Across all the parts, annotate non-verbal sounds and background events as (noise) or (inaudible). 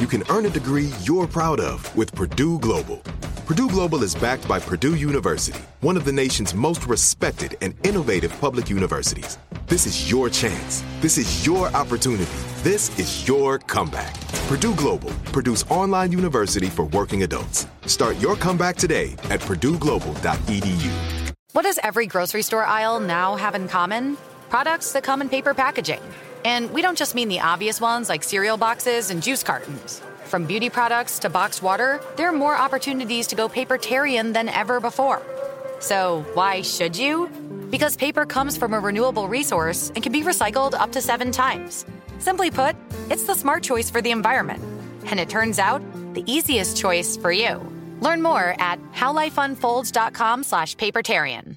You can earn a degree you're proud of with Purdue Global. Purdue Global is backed by Purdue University, one of the nation's most respected and innovative public universities. This is your chance. This is your opportunity. This is your comeback. Purdue Global, Purdue's online university for working adults. Start your comeback today at E purdueglobal.edu. What does every grocery store aisle now have in common? Products that come in paper packaging. And we don't just mean the obvious ones like cereal boxes and juice cartons. From beauty products to boxed water, there are more opportunities to go papertarian than ever before. So, why should you? Because paper comes from a renewable resource and can be recycled up to seven times. Simply put, it's the smart choice for the environment. And it turns out, the easiest choice for you. Learn more at howlifeunfolds.com slash papertarian.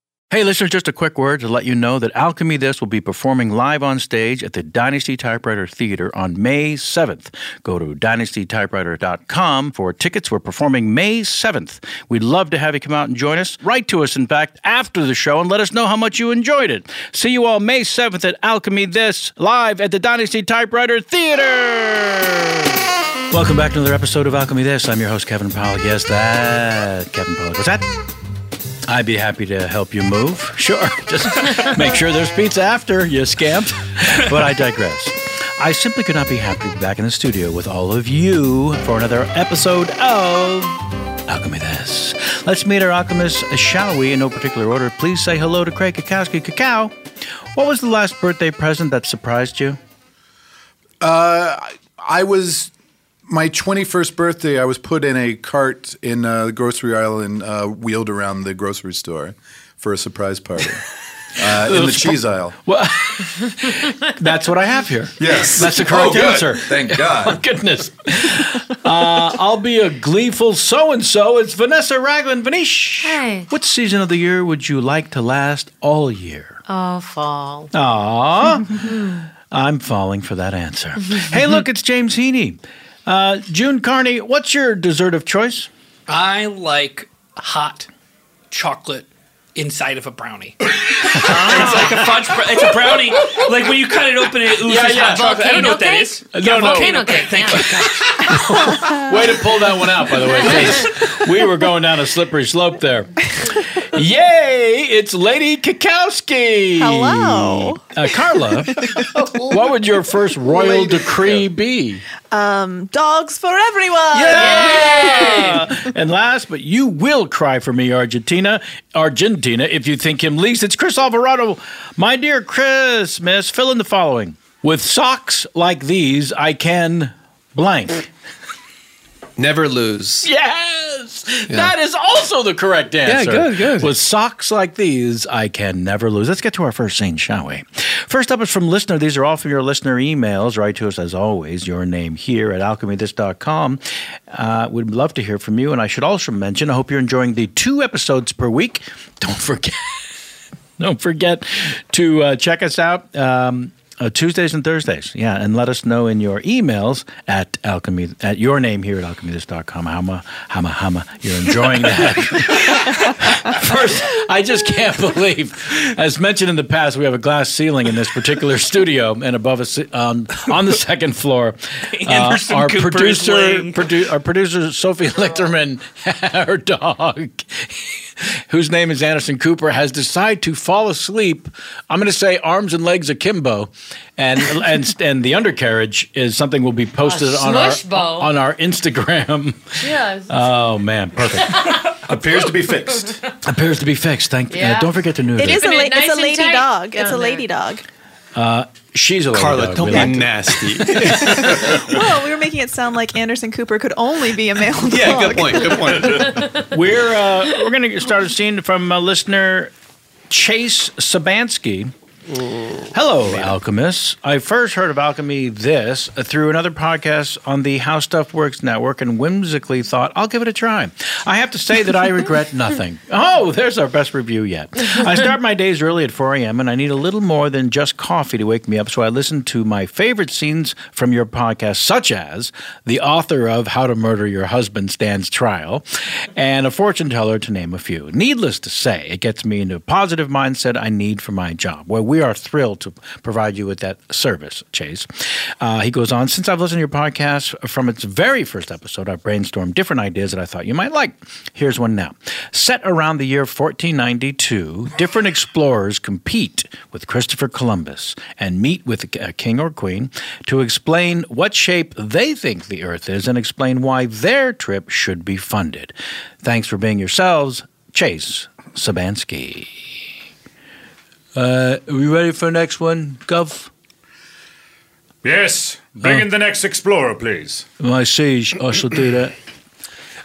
Hey, listeners, just a quick word to let you know that Alchemy This will be performing live on stage at the Dynasty Typewriter Theater on May 7th. Go to dynastytypewriter.com for tickets. We're performing May 7th. We'd love to have you come out and join us. Write to us, in fact, after the show and let us know how much you enjoyed it. See you all May 7th at Alchemy This live at the Dynasty Typewriter Theater. Welcome back to another episode of Alchemy This. I'm your host, Kevin Pollock. Yes, that. Kevin Pollock. Was that? I'd be happy to help you move. Sure. (laughs) Just make sure there's pizza after, you scamp. But I digress. I simply could not be happy to be back in the studio with all of you for another episode of Alchemy This. Let's meet our alchemists, shall we? In no particular order. Please say hello to Craig Kakowski. Cacao, what was the last birthday present that surprised (laughs) you? Uh, I was my 21st birthday, I was put in a cart in uh, the grocery aisle and uh, wheeled around the grocery store for a (laughs) surprise party. Uh, in the cheese aisle. Well, that's what I have here. Yes. (laughs) That's the correct Oh, good. answer. Thank God. Oh, goodness. Uh, I'll be a gleeful so and so. It's Vanessa Ragland. Vanish. Hey. What season of the year would you like to last all year? Oh, fall. Aw. I'm falling for that answer. hey, look, it's James Heaney. Uh, June Carney, what's your dessert of choice? I like hot chocolate inside of (laughs) a brownie. It's like a fudge. br- It's a brownie. Like when you cut it open, it oozes yeah. hot chocolate. I don't know what that Volcano is. No, no. Volcano cake. Thank yeah. Uh. Way to pull that one out, by the (laughs) way. 'cause we were going down a slippery slope there. Yay! It's Lady Kakowski. Hello. Uh, Carla, what would your first royal decree be? Um, Dogs for everyone. Yeah. (laughs) And last, but you will cry for me, Argentina. Argentina, if you think him least, it's Chris Alvarado. My dear Christmas, fill in the following. With socks like these, I can blank. Never lose. (laughs) Yes, that is also the correct answer. good, good. With socks like these, I can never lose. Let's get to our first scene, shall we? First up is from listener. These are all from your listener emails. Write to us as always. Your name here at alchemythis.com. Uh, we'd love to hear from you. And I should also mention, I hope you're enjoying the two episodes per week. (laughs) Don't forget. Don't forget to uh, check us out um, uh, Tuesdays and Thursdays. Yeah, and let us know in your emails at alchemy at your name here at alchemythis.com. Hama, hama, hama. You're (laughs) enjoying that. (laughs) First, I just can't believe, as mentioned in the past, we have a glass ceiling in this particular studio, and above us um, on the second floor, uh, Anderson our Cooper is producer, laying. produ- our producer Sophie Lichterman, (laughs) our dog, whose name is Anderson Cooper, has decided to fall asleep. I'm going to say arms and legs akimbo, and and and the undercarriage is something will be posted on our smush bow. on our Instagram. Yeah. Oh man, perfect! (laughs) Appears to be fixed. Appears to be fixed. Thank. Yeah. Uh, don't forget to news. It is a Keeping la- it nice it's a and lady tight Oh, dog. It's a down lady dog. Uh, She's a lady Carla, dog. don't We be like- nasty. (laughs) Well, we were making it sound like Anderson Cooper could only be a male dog. (laughs) yeah, good point. Good point. We're uh, we're gonna get started scene from uh, listener Chase Sabansky. Hello, alchemists. I first heard of alchemy this uh, through another podcast on the How Stuff Works network, and whimsically thought I'll give it a try. I have to say that I regret nothing. (laughs) Oh, there's our best review yet. I start my days early at 4 a.m. and I need a little more than just coffee to wake me up, so I listen to my favorite scenes from your podcast, such as the author of How to Murder Your Husband stands trial, and a fortune teller, to name a few. Needless to say, it gets me into a positive mindset I need for my job. Well, we are thrilled to provide you with that service, Chase. Uh, he goes on Since I've listened to your podcast from its very first episode, I've brainstormed different ideas that I thought you might like. Here's one now. Set around the year 1492, different explorers compete with Christopher Columbus and meet with a king or queen to explain what shape they think the earth is and explain why their trip should be funded. Thanks for being yourselves, Chase Sabansky. Uh, are we ready for next one, Gov? Yes. Bring in the next explorer, please. My sage, I shall do that.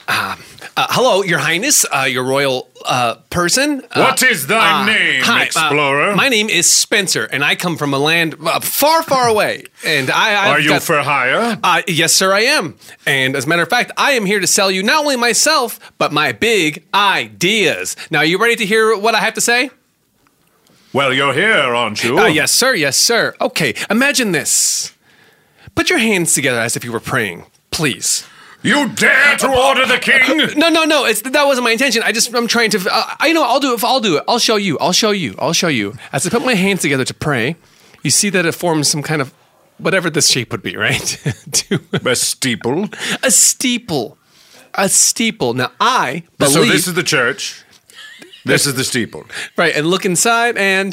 Uh, hello, Your Highness, uh, your royal uh, person. What is thy name, hi, uh, explorer? my name is Spencer, and I come from a land uh, far, far away. And I I've Are you got- for hire? Uh, yes, sir, I am. And as a matter of fact, I am here to sell you not only myself, but my big ideas. Now, are you ready to hear what I have to say? Well, you're here, aren't you? Ah, yes, sir. Yes, sir. Okay, imagine this. Put your hands together as if you were praying, please. You dare to order the king? (laughs) No, no, no. It's that wasn't my intention. I just I'm trying to. Uh, I you know. what, I'll do it. I'll do it. I'll show you. I'll show you. I'll show you. As I put my hands together to pray, you see that it forms some kind of whatever this shape would be, right? (laughs) To A steeple. a steeple, a steeple. Now I believe So this is the church. This is the steeple. right, and look inside, and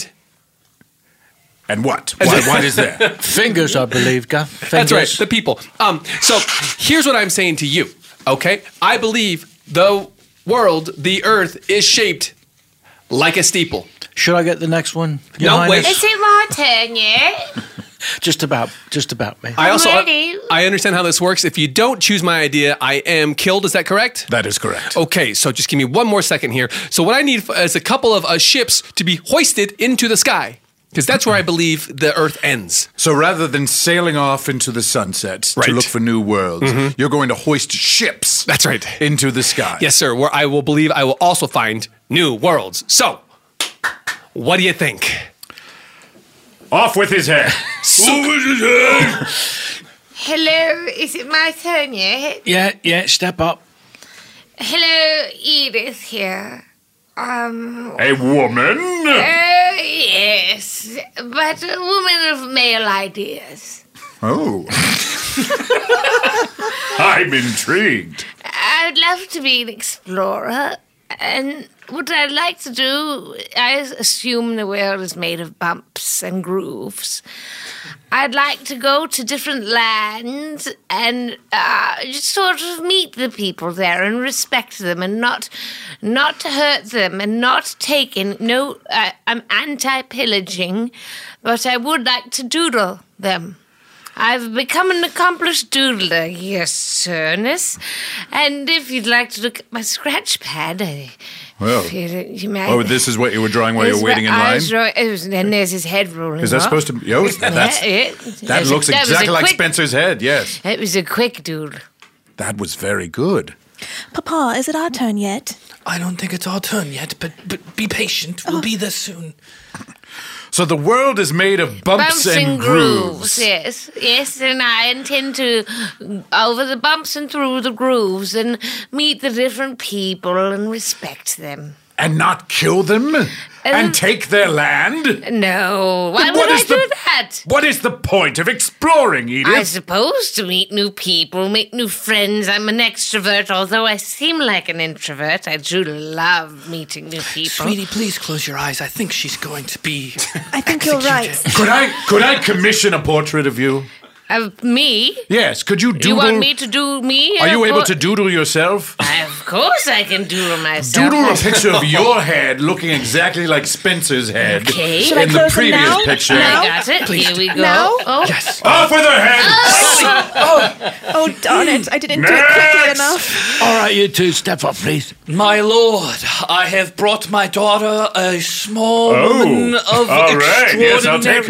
And what? (laughs) What, what is there? (laughs) Fingers, I believe, Gov. Fingers. that's right, the people. Um, so here's what I'm saying to you. Okay, I believe the world, the earth, is shaped like a steeple. Should I get the next one? Your No, wait. Highness? Is it my turn yet? Just about, just about, man. I also Already? I understand how this works. If you don't choose my idea, I am killed. Is that correct? that is correct. Okay, so just give me one more second here. So what I need f- is a couple of uh, ships to be hoisted into the sky, because that's where I believe the Earth ends. So rather than sailing off into the sunset Right. to look for new worlds, Mm-hmm. you're going to hoist ships. That's right. Into the sky. Yes, sir. Where I will believe I will also find new worlds. So, what do you think? Off with his head. Mm-hmm. (laughs) Hello, is it my turn yet? yeah, yeah. Step up. Hello, Edith here. Um, A woman. oh, yes, but a woman of male ideas. Oh. (laughs) I'm intrigued. I'd love to be an explorer, and what I'd like to do, I assume the world is made of bumps and grooves. I'd like to go to different lands and uh, just sort of meet the people there and respect them and not not hurt them and not take in. No, uh, I'm anti-pillaging, but I would like to doodle them. I've become an accomplished doodler, yes, sirness. And if you'd like to look at my scratch pad, I Well, feel it- you might. oh, this is what you were drawing while you It's were waiting in where I line. was drawing- it was- and there's his head rolling. Is that off. supposed to? Be, (laughs) oh, Yeah, that's, it- that was a- looks Uh-huh. that was a exactly like quick- Spencer's head. Yes, It was a quick doodle. that was very good. Papa, is it our turn yet? I don't think it's our turn yet, but, but be patient. Oh. We'll be there soon. So the world is made of bumps, and grooves. Yes, yes, and I intend to mm, over the bumps and through the grooves and meet the different people and respect them. and not kill them and, And- take their land. No, why Then would what Um, I is do the- that? What is the point of exploring, Edith? I suppose to meet new people, make new friends. I'm an extrovert, although I seem like an introvert. I do love meeting new people. Sweetie, please close your eyes. I think she's going to be. I think you're right. could I could I commission a portrait of you? Of Uh, me? Yes. Could you doodle? You want me to do me? Are you Of able cour- to doodle yourself? Of course I can doodle myself. Doodle a picture of your head looking exactly like Spencer's head Okay. in the previous picture. I got it. Please Here we go. Now? Oh. Yes. Off with her head! Oh, oh, darn it. I didn't do it quickly enough. All right, you two, step up, please. My lord, I have brought my daughter a small woman of Oh, all right. extraordinary. Yes, I'll take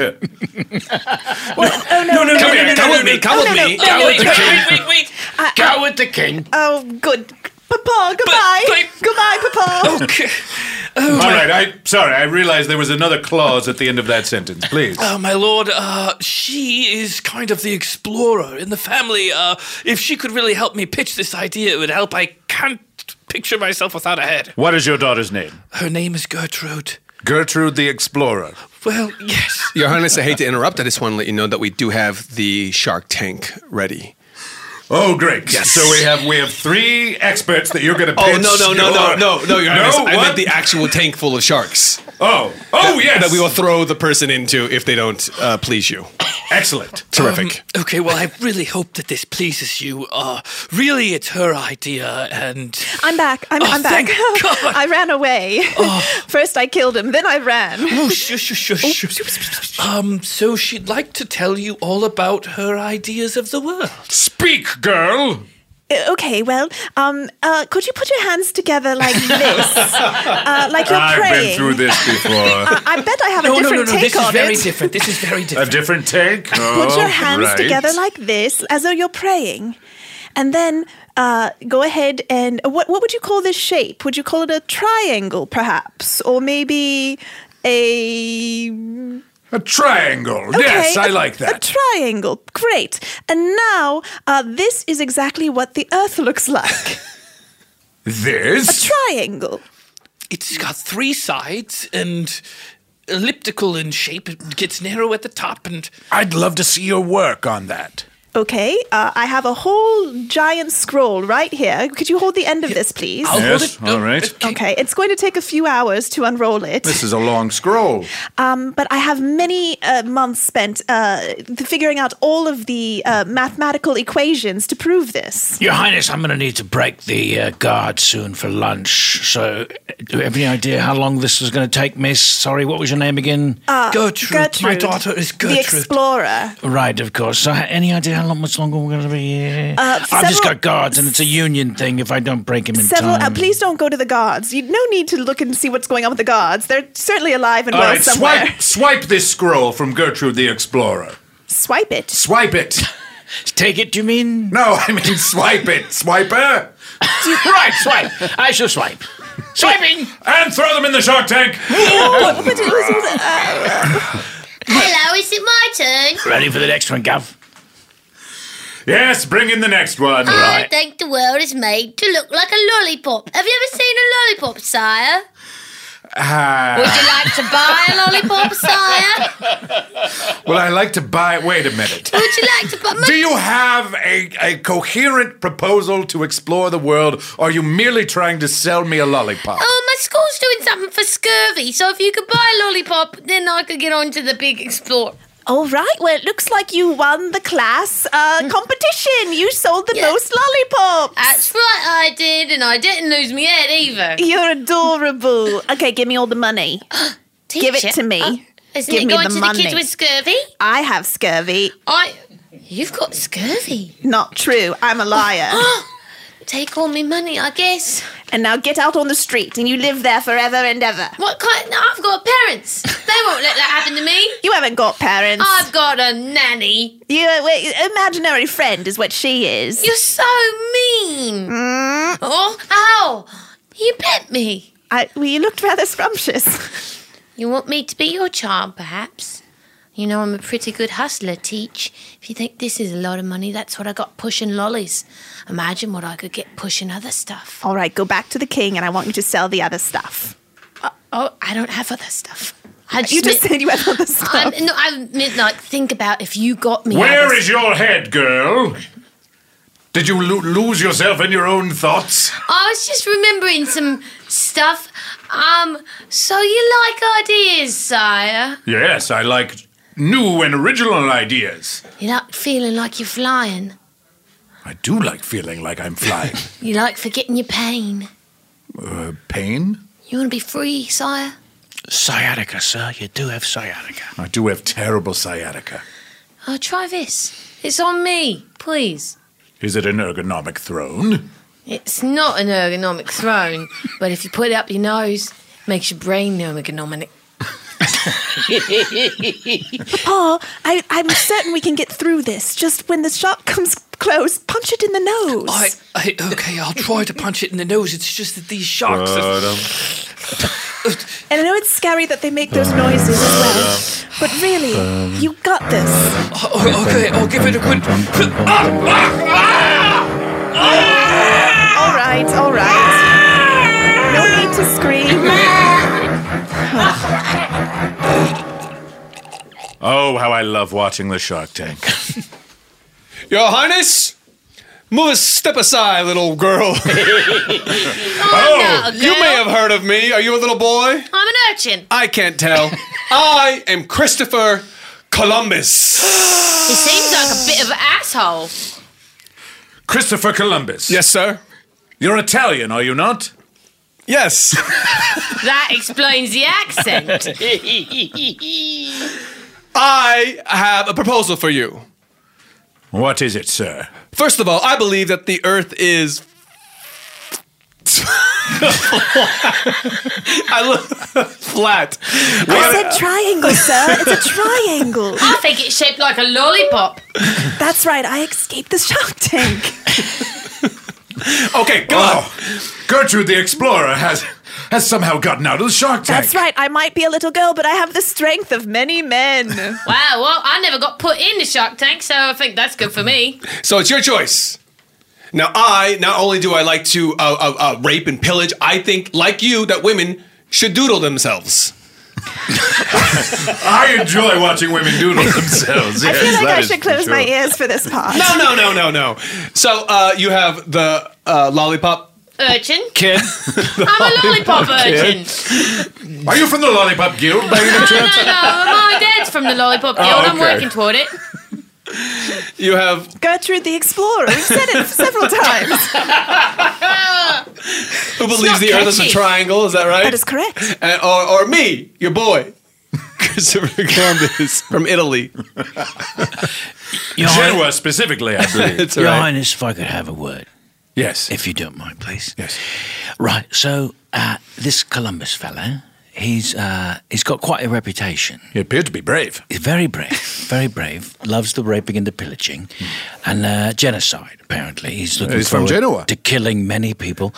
her. Oh, no, no, no, Come no, here, no, come no, with no, me, come no, with no, me. no, Come no, with no. the king. Wait, wait. Go with the king. Oh, good. Papa, goodbye. but- goodbye, Papa. Okay. Oh, All right. I sorry. I realized there was another clause at the end of that sentence. Please. Oh, my lord, uh, she is kind of the explorer in the family. Uh, if she could really help me pitch this idea, it would help. I can't picture myself without a head. What is your daughter's name? Her name is Gertrude. (laughs) Gertrude the Explorer. Well, yes. Your Highness, I hate to interrupt. I just want to let you know that we do have the Shark Tank ready. Oh, great! Yes. So we have we have three experts that you're going to. Oh no no no no no no! Your Highness, I what? meant the actual tank full of sharks Oh, oh yes. that we will throw the person into if they don't uh, please you. Excellent. Terrific. Um, okay, well, I really hope that this pleases you. Uh, really, it's her idea, and I'm back. I'm, Oh, I'm back. (laughs) thank God. I ran away. First I killed him, then I ran. oh, shush, shush, shush, shush. Um, so she'd like to tell you all about her ideas of the world. Speak, Uh, girl. Okay, well, um, uh, could you put your hands together (laughs) like this? uh, like you're I've praying. been through this Uh, before. (laughs) I bet I have a No, no, different no, no. take This is on very it. different. This is very A different. different take. Put your hands Alright. together like this, as though you're praying, and then uh, go ahead and what what would you call this shape? Would you call it a triangle, perhaps, or maybe a A triangle. okay, yes, I a- like A that. triangle, great. And now uh, this is exactly what the Earth looks like. a this. triangle. It's got three sides and elliptical in shape. It gets narrow at the top, and I'd love to see your work on that. Okay, uh, I have a whole giant scroll right here. Could you hold the end of this, please? I'll hold Yes, it. no, all right. it- Okay, it's going to take a few hours to unroll it. This is a long scroll. Um, but I have many uh, months spent uh, th- figuring out all of the uh, mathematical equations to prove this. Your Highness, I'm going to need to break the uh, guard soon for lunch. So, uh, do you have any idea how long this is going to take, Miss? Sorry, what was your name again? Uh, Gertrude, my daughter is Uh, The Gertrude. explorer. right, of course. So, ha- any idea how long, much longer we're going to be here? I've just several- got guards, and it's a union thing. If I don't break him in Several. Uh, time, please don't go to the guards. You no need to look and see what's going on with the guards. They're certainly alive and All well right, somewhere. swipe, swipe this scroll from Gertrude the Explorer. Swipe it. Swipe it. take it. You mean? No, I mean swipe it, swiper, right, swipe. I shall swipe. Swiping. and throw them in the shark tank. Hello, is it my turn? Ready for the next one, Gov? Yes, bring in the next one. I think the world is made to look like a lollipop. Have you ever seen a lollipop, sire? Ah. Would you like to buy a lollipop, sire? Well, I like to buy. Wait a minute. Would you like to buy? Do you have a, a coherent proposal to explore the world, or are you merely trying to sell me a lollipop? Oh, my school's doing something for scurvy, so if you could buy a lollipop, then I could get on to the big explore. All right. Well, it looks like you won the class Hmm. uh, competition. You sold the most lollipops. That's right, I did, and I didn't lose my head either. You're adorable. okay, give me all the money. give it Teacher, to me. uh, Isn't give it me going the to money. the kids with scurvy? I have scurvy. I. You've got scurvy. Not true. I'm a liar. (gasps) Take all my money, I guess. And now get out on the street and you live there forever and ever. What kind? No, I've got parents. They won't let that happen to me. You haven't got parents. I've got a nanny. You wait, imaginary friend is what she is. You're so mean. Mm. Oh, ow! You bit me. I, well, you looked rather scrumptious. You want me to be your child, perhaps? You know I'm a pretty good hustler, Teach. If you think this is a lot of money, that's what I got pushing lollies. Imagine what I could get pushing other stuff. All right, go back to the king, and I want you to sell the other stuff. Oh, I don't have other stuff. I You just said you had other stuff. I'm, no, (laughs) I meant like think about if you got me. Where other is your head, girl? Did you lo- lose yourself in your own thoughts? I was just remembering some stuff. Um, so you like ideas, sire? Yes, I like new and original ideas. You like feeling like you're flying. I do like feeling like I'm (laughs) flying. You like forgetting your pain. uh, pain? You want to be free, sire? Sciatica, sir. You do have sciatica. I do have terrible sciatica. Oh, try this. It's on me, please. Is it an ergonomic throne? It's not an ergonomic throne, but if you put it up your nose, it makes your brain ergonomic. Papa, I, I'm certain we can get through this. Just when the shark comes close, punch it in the nose. I, I, okay, I'll try to punch it in the nose. It's just that these sharks. Are, And I know it's scary that they make those noises as well, but really, you got this. okay, I'll give it a good. All right, all right. No need to scream. Oh, how I love watching the Shark Tank. Your Highness, move a step aside, (laughs) little girl. Oh, no, you may girl. have heard of me. Are you a little boy? I'm an urchin. I can't (laughs) tell. I am Christopher Columbus. He seems like a bit of an asshole. Christopher Columbus. Yes, sir. You're Italian, are you not? Yes. That explains the accent. I have a proposal for you. (laughs) What is it, sir? First of all, I believe that the Earth (laughs) is. (laughs) I look (laughs) flat. I said triangle, sir. It's a triangle. I think it's shaped like a lollipop. That's right. I escaped the shark tank. Okay, go. Oh, Gertrude the Explorer has has somehow gotten out of the Shark Tank. That's right. I might be a little girl, but I have the strength of many men. Wow, well, I never got put in the Shark Tank, so I think that's good for me. So it's your choice. Now, I not only do I like to uh, uh, uh, rape and pillage, I think, like you, that women should doodle themselves. (laughs) I enjoy watching (laughs) women doodle themselves. I feel like I should close my ears for (laughs) this part. No, no, no, no, no. So uh, you have the uh, lollipop Urchin? (laughs) kid. I'm a lollipop urchin. Are you from the Lollipop Guild by any No, no, chance? my dad's from the Lollipop Guild. Oh, I'm okay. working toward it. You have Gertrude the Explorer. We've said it (laughs) several times. who believes the Earth is a catchy. triangle? Is that right? That is correct. (laughs) And, or, or me, your boy, Christopher Columbus (laughs) from Italy. Genoa specifically, I (laughs) believe. (laughs) It's all Your right. Highness, if I could have a word. Yes. If you don't mind, please. Yes. Right, so uh, this Columbus fella, he's uh, he's got quite a reputation. He appeared to be brave. He's very brave, very brave. Loves the raping and the pillaging, Mm-hmm. and uh, genocide. Apparently, he's looking He's from forward Genoa. to killing many people.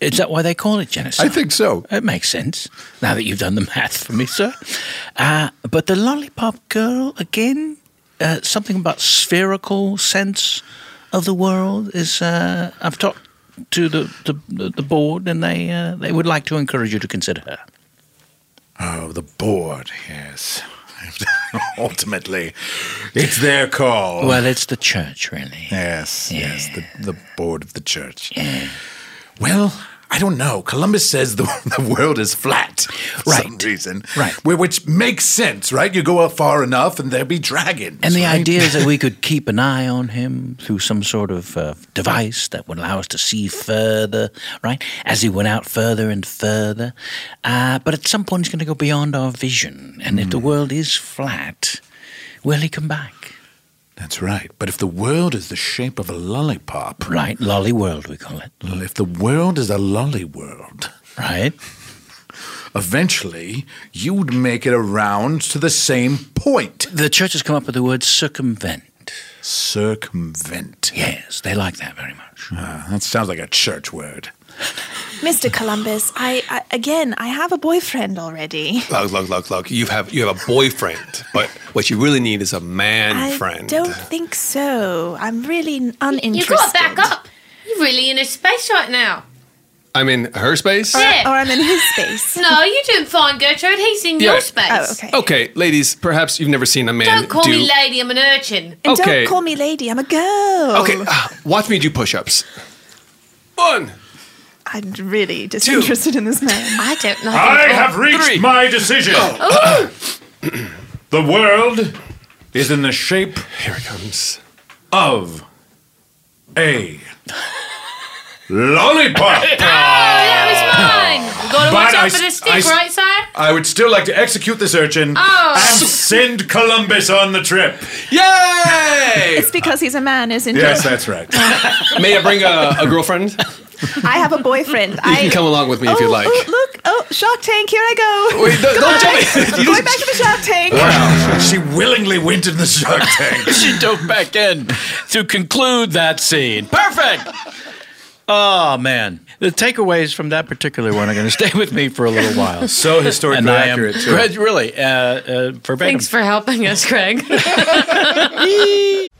Is that why they call it genocide? I think so. It makes sense now that you've done the math for me, sir. Uh, but the lollipop girl again, uh, something about spherical sense of the world is. Uh, I've talked to the the, the board, and they uh, they would like to encourage you to consider her. Oh, the board, yes. Ultimately, it's their call. Well, it's the church, really. yes, yes, the, the board of the church. Well, I I don't know. Columbus says the, (laughs) the world is flat for some reason. Right. Which makes sense, right? You go up far enough and there'll be dragons. And the right? idea is that (laughs) we could keep an eye on him through some sort of uh, device that would allow us to see further, right? As he went out further and further. Uh, but at some point, it's going to go beyond our vision. And if the world is flat, will he come back? That's right. But if the world is the shape of a lollipop. Right, lolly world, we call it. If the world is a lolly world. Right. Eventually, you'd make it around to the same point. The church has come up with the word circumvent. Circumvent. Ah, Yes, they like that very much. that sounds like a church word. Mr. Columbus, I, I again, I have a boyfriend already. Look, look, look, look. You have you have a boyfriend, but what you really need is a man I friend. don't think so. I'm really n- uninterested. You got back up. You're really in a space right now. I'm in her space. Yeah. Or I'm in his space. No, you're doing fine, Gertrude. He's in Yeah. your space. Oh, Okay, ladies, perhaps you've never seen a man Oh, Don't call do. me lady. I'm an urchin. And don't Okay. call me lady. I'm a girl. Okay, ah, watch me do push-ups. One. I'm really disinterested in this man. I don't know. I have reached my decision. Oh. (coughs) the world is in the shape. Here it comes. Of a (laughs) lollipop. that Oh, was mine. Gotta watch But I out for the s- stick, I s- right, sire? I would still like to execute this urchin Oh. and send Columbus on the trip. Yay! It's because he's a man, isn't yes, it? that's (laughs) right. May I bring a, a girlfriend? You I have a (laughs) boyfriend. You I, can come along with me if oh, you'd like. Oh, look. Oh, Shark Tank, here I go. Wait, don't- don't Guys, jump in. You Going just- back to the Shark Tank. Wow. (laughs) she willingly went in the shark tank. (laughs) she dove back in to conclude that scene. Perfect. Oh man, the takeaways from that particular one are going to stay with me for a little while. So historically and I am- accurate, too. Re- really, uh, uh, verbatim. Thanks for helping us, (laughs) Craig. (laughs)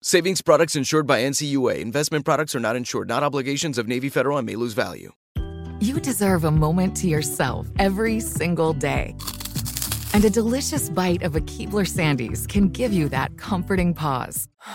Savings products insured by NCUA. Investment products are not insured, not obligations of Navy Federal and may lose value. You deserve a moment to yourself every single day. And a delicious bite of a Keebler Sandies can give you that comforting pause. (sighs)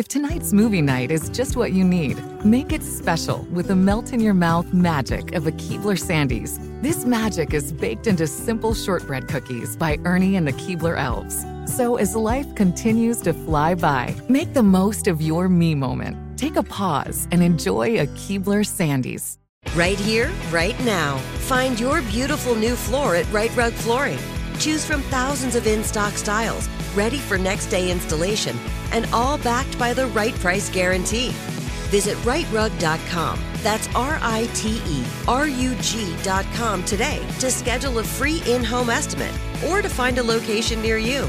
If tonight's movie night is just what you need, make it special with the melt in your mouth magic of a Keebler Sandies. This magic is baked into simple shortbread cookies by Ernie and the Keebler Elves. So as life continues to fly by, make the most of your me moment. Take a pause and enjoy a Keebler Sandies. Right here, right now. Find your beautiful new floor at Right Rug Flooring. Choose from thousands of in stock styles, ready for next day installation, and all backed by the right price guarantee. Visit rightrug.com. That's R I T E R U G.com today to schedule a free in home estimate or to find a location near you.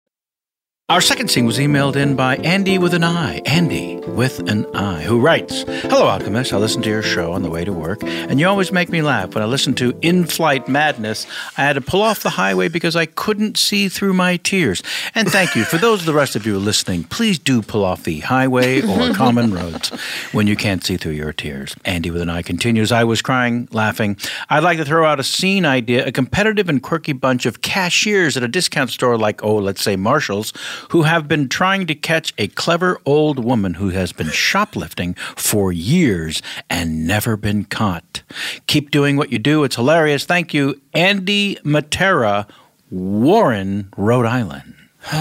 Our second scene was emailed in by Andy with an I, Andy with an I, who writes Hello, Alchemist. I listen to your show on the way to work, and you always make me laugh. When I listen to In Flight Madness, I had to pull off the highway because I couldn't see through my tears. And thank you. For those of the rest of you listening, please do pull off the highway or common roads when you can't see through your tears. Andy with an I continues I was crying, laughing. I'd like to throw out a scene idea a competitive and quirky bunch of cashiers at a discount store like, oh, let's say Marshall's who have been trying to catch a clever old woman who has been shoplifting for years and never been caught. Keep doing what you do. It's hilarious. Thank you, Andy Matera, Warren, Rhode Island. (sighs)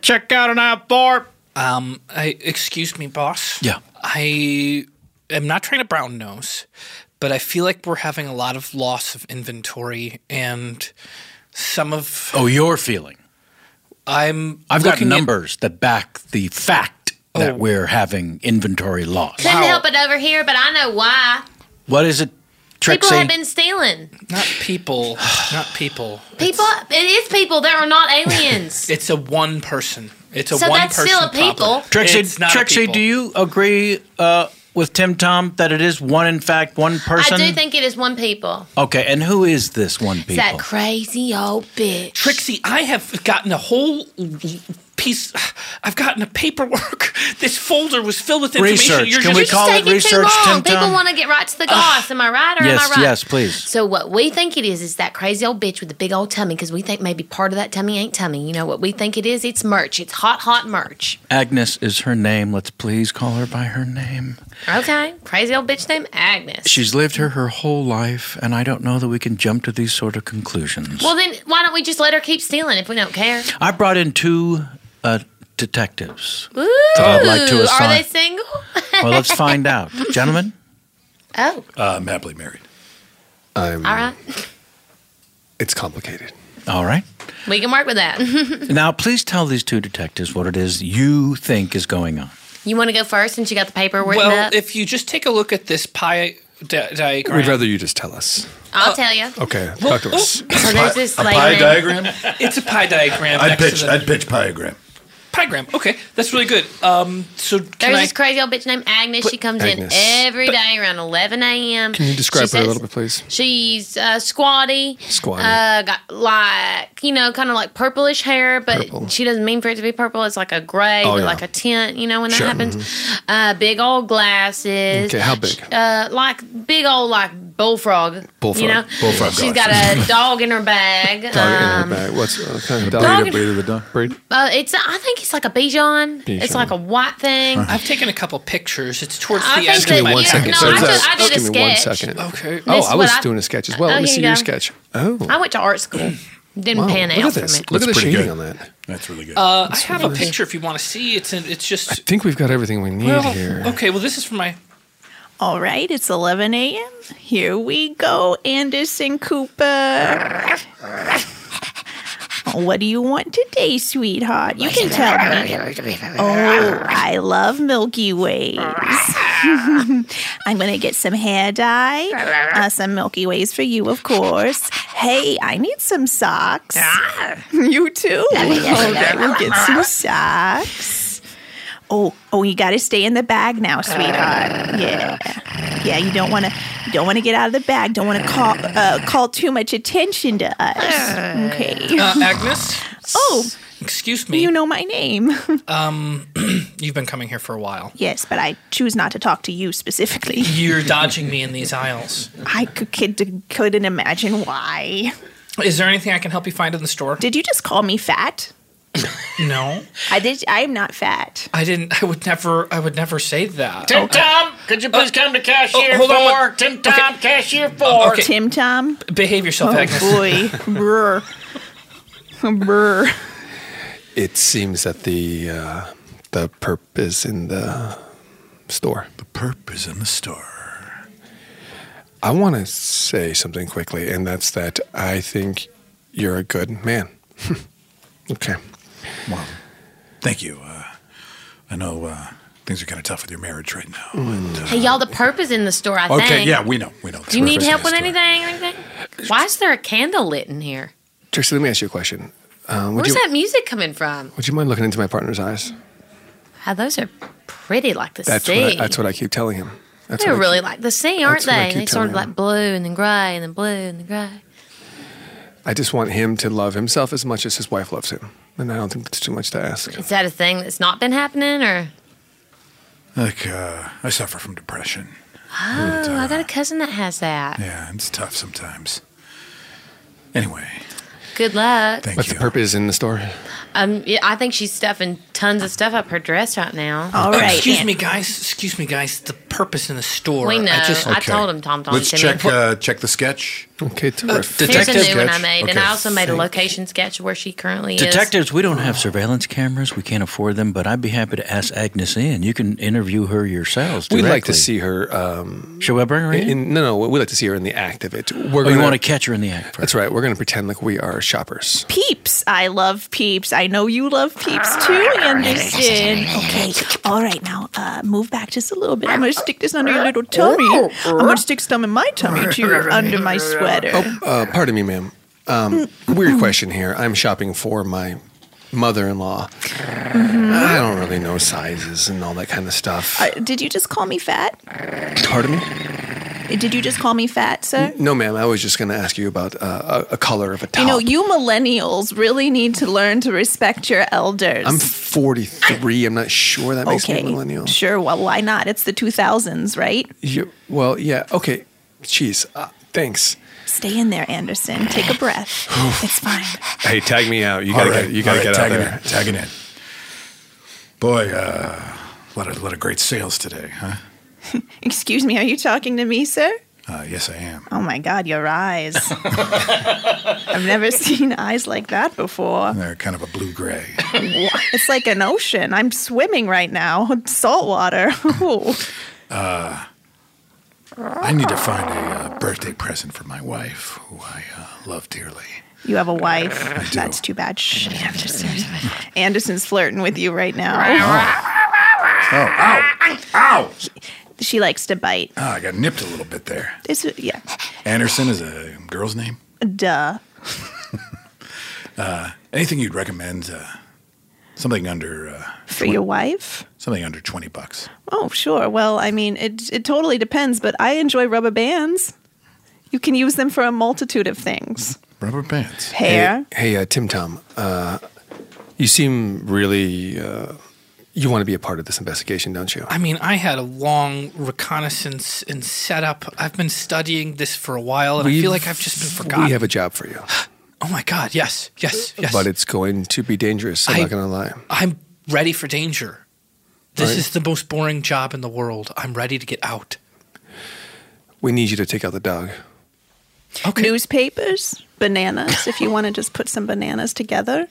Check out an app bar. Um, I, excuse me, boss. Yeah. I am not trying to brown nose, but I feel like we're having a lot of loss of inventory and some of Oh, you're feeling. I'm. I've got looking at- numbers that back the fact that Oh. we're having inventory loss. Couldn't help it over here, but I know why. What is it, Trixie? People have been stealing. Not (sighs) people. not people. People, it is people that are not (laughs) aliens. It's a one person. It's a So one that's person. still a people. problem. Trixie, It's not a Trixie, people. do you agree uh, with Tim Tom that it is one, in fact, one person? I do think it is one people. okay, and who is this one It's people? that crazy old bitch. Trixie, I have gotten a whole piece. I've gotten a paperwork. (laughs) This folder was filled with information. Research. You're Can just- we call it It's taking too research, long. Tim People Tom? want to get right to the goss. am I right or am I yes, right? yes, (laughs) please. So what we think it is is that crazy old bitch with the big old tummy because we think maybe part of that tummy ain't tummy. You know what we think it is? It's merch. It's hot, hot merch. Agnes is her name. Let's please call her by her name. Okay, crazy old bitch named Agnes. She's lived her her whole life, and I don't know that we can jump to these sort of conclusions. Well, then why don't we just let her keep stealing if we don't care? I brought in two uh, detectives. Ooh, I'd like to are assign- they single? Well, let's find (laughs) (laughs) out, gentlemen. Oh, Uh, I'm happily married. all right. It's complicated. All right. We can work with that. (laughs) Now, please tell these two detectives what it is you think is going on. you want to go first since you got the paper written well, up? if you just take a look at this pie di- diagram, We'd rather you just tell us. I'll tell you. (laughs) Okay, Well, talk to us. oh, So there's this lady. it's a pie diagram. I'd next pitch. To the I'd pitch pieagram. piegram. Okay, that's really good. Um, so can There's I? this crazy old bitch named Agnes. She comes in Agnes. every day around 11 a.m. Can you describe She her a says- little bit, please? She's uh, squatty. Squatty. Uh, got like, you know, kind of like purplish hair, but Purple. she doesn't mean for it to be purple. It's like a gray Oh, with yeah. like a tint, you know, when that Sure. Mm-hmm. happens. Uh, big old glasses. Okay, how big? Uh, like big old, like bullfrog. Bullfrog. You know? Bullfrog She's got glasses. a dog in her bag. (laughs) Dog um, in her bag. What's uh, kind of Dog dog? Dog in- breed of the dog. Breed. uh, it's, I think it's like a Bichon. It's Bichon. like a white thing. I've taken a couple pictures. It's towards I the think end. Just give me of my one second. packet. No, So I it's did- a- I did a Give me one sketch. second. Okay. Oh, This I is what was I- doing a sketch as well. Oh, Let me here see you your go. sketch. Oh, I went to art (clears throat) school. Didn't Wow, pan look at out this. for me. Look at the pretty shading good. on that. That's really good. Uh, I That's have a really- picture if you want to see. It's an, it's just. I think we've got everything we need well, here. okay. Well, this is for my. All right, it's 11 a.m. Here we go, Anderson Cooper. What do you want today, sweetheart? You can tell me. Oh, I love Milky Ways. (laughs) I'm going to get some hair dye, uh, some Milky Ways for you, of course. Hey, I need some socks. You (laughs) too. All right, we'll oh, get some socks. Oh, oh, you got to stay in the bag now, Uh. sweetheart. Yeah, yeah. You don't want to, you don't want to get out of the bag. Don't want to call, uh, call too much attention to us. Okay. Uh, Agnes. Oh, Excuse me. You know (laughs) my name. (laughs) Um, (clears throat) you've been coming here for a while. yes, but I choose not to talk to you specifically. You're dodging me in these aisles. I c- could, couldn't imagine why. Is there anything I can help you find in the store? Did you just call me fat? No, I did. I am not fat. I didn't. I would never. I would never say that. Tim Tom, could you please come to cashier four? Tim Tom, cashier four. (laughs) Tim Tom. Behave yourself, oh Agnes. boy, (laughs) brr, brr. It seems that the uh, the perp is in the store. The perp is in the store. I want to say something quickly, and that's that I think you're a good man. (laughs) okay. Well, thank you. Uh, I know uh, things are kind of tough with your marriage right now. Mm. Hey, y'all, the purpose in the store, I think. okay, yeah, we know. We know. Do you need Purpose in help the with anything, anything? Why is there a candle lit in here? Tracy, let me ask you a question. Um, would, Where's you, that music coming from? would you mind looking into my partner's eyes? Wow, those are pretty like the That's what, sea. I, that's what I keep telling him. That's They're what I really keep- like the sea, that's aren't what I they? keep They sort of telling like blue and then gray and then blue and then gray. I just want him to love himself as much as his wife loves him. And I don't think that's too much to ask. Is that a thing that's not been happening or? Like, uh, I suffer from depression. Oh, I got a cousin that has that. Yeah, it's tough sometimes. Anyway, Good luck. But the perp is in the store. Um, yeah, I think she's stuffing tons of stuff up her dress right now. Excuse me, guys. Excuse me, guys. The purpose in the store. We know. I, just, I told him Tom Tom. let's sent check me. uh, check the sketch. Okay, Here's a new one I made, and I also made a Thank- location sketch where she currently is. Detectives, we don't have surveillance cameras. We can't afford them, but I'd be happy to ask Agnes in. You can interview her yourselves. We'd Directly. like to see her. Um, Should we bring her in? no, no. We'd like to see her in the act of it. We're Oh, you gonna- want to catch her in the act? That's right. We're going to pretend like we are shoppers. Peeps, I love peeps. I know you love peeps too. I understand. Okay, all right. Now uh, move back just a little bit. I'm gonna stick this under your little tummy. I'm gonna stick some in my tummy too, under my sweater. Oh, uh, pardon me, ma'am. Um, weird question here. I'm shopping for my mother-in-law. I don't really know sizes and all that kind of stuff. Mm-hmm. Uh, did you just call me fat? Pardon me? Did you just call me fat, sir? No, ma'am. I was just going to ask you about uh, a, a color of a top. You know, you millennials really need to learn to respect your elders. I'm 43. I'm not sure that makes okay. me a millennial. Sure. Well, why not? It's the 2000s, right? You, well, yeah. Okay. Jeez. Uh, thanks. Stay in there, Anderson. Take a (sighs) breath. it's fine. Hey, tag me out. All right, all right, tag it in, tag it in. Boy, uh, a lot of lot of great sales today, huh? Excuse me, are you talking to me, sir? Uh, yes, I am. Oh my God, your eyes. I've never seen eyes like that before. They're kind of a blue gray. Wha- It's like an ocean. I'm swimming right now. Salt water. (laughs) Ooh. Uh, I need to find a uh, birthday present for my wife, who I uh, love dearly. You have a wife. I do. That's too bad. Shh, Anderson. Anderson's flirting with you right now. Oh. Ow! Oh. Ow! She likes to bite. Ah, I got nipped a little bit there. It's, yeah. Anderson is a girl's name. Duh. Uh, anything you'd recommend? Uh, something under uh, For your wife? Something under twenty bucks. Oh, sure. Well, I mean, it, it totally depends, but I enjoy rubber bands. You can use them for a multitude of things. Rubber bands. Hair. Hey, hey uh, Tim Tom. Uh, you seem really. Uh, you want to be a part of this investigation, don't you? I mean, I had a long reconnaissance and setup. I've been studying this for a while, and I We've- feel like I've just been forgotten. We have a job for you, oh my god! Yes, (gasps) yes, yes. but it's going to be dangerous. I'm I- not going to lie. I'm ready for danger. This Right. is the most boring job in the world. I'm ready to get out. We need you to take out the dog. Newspapers, bananas, if you want to just put some bananas together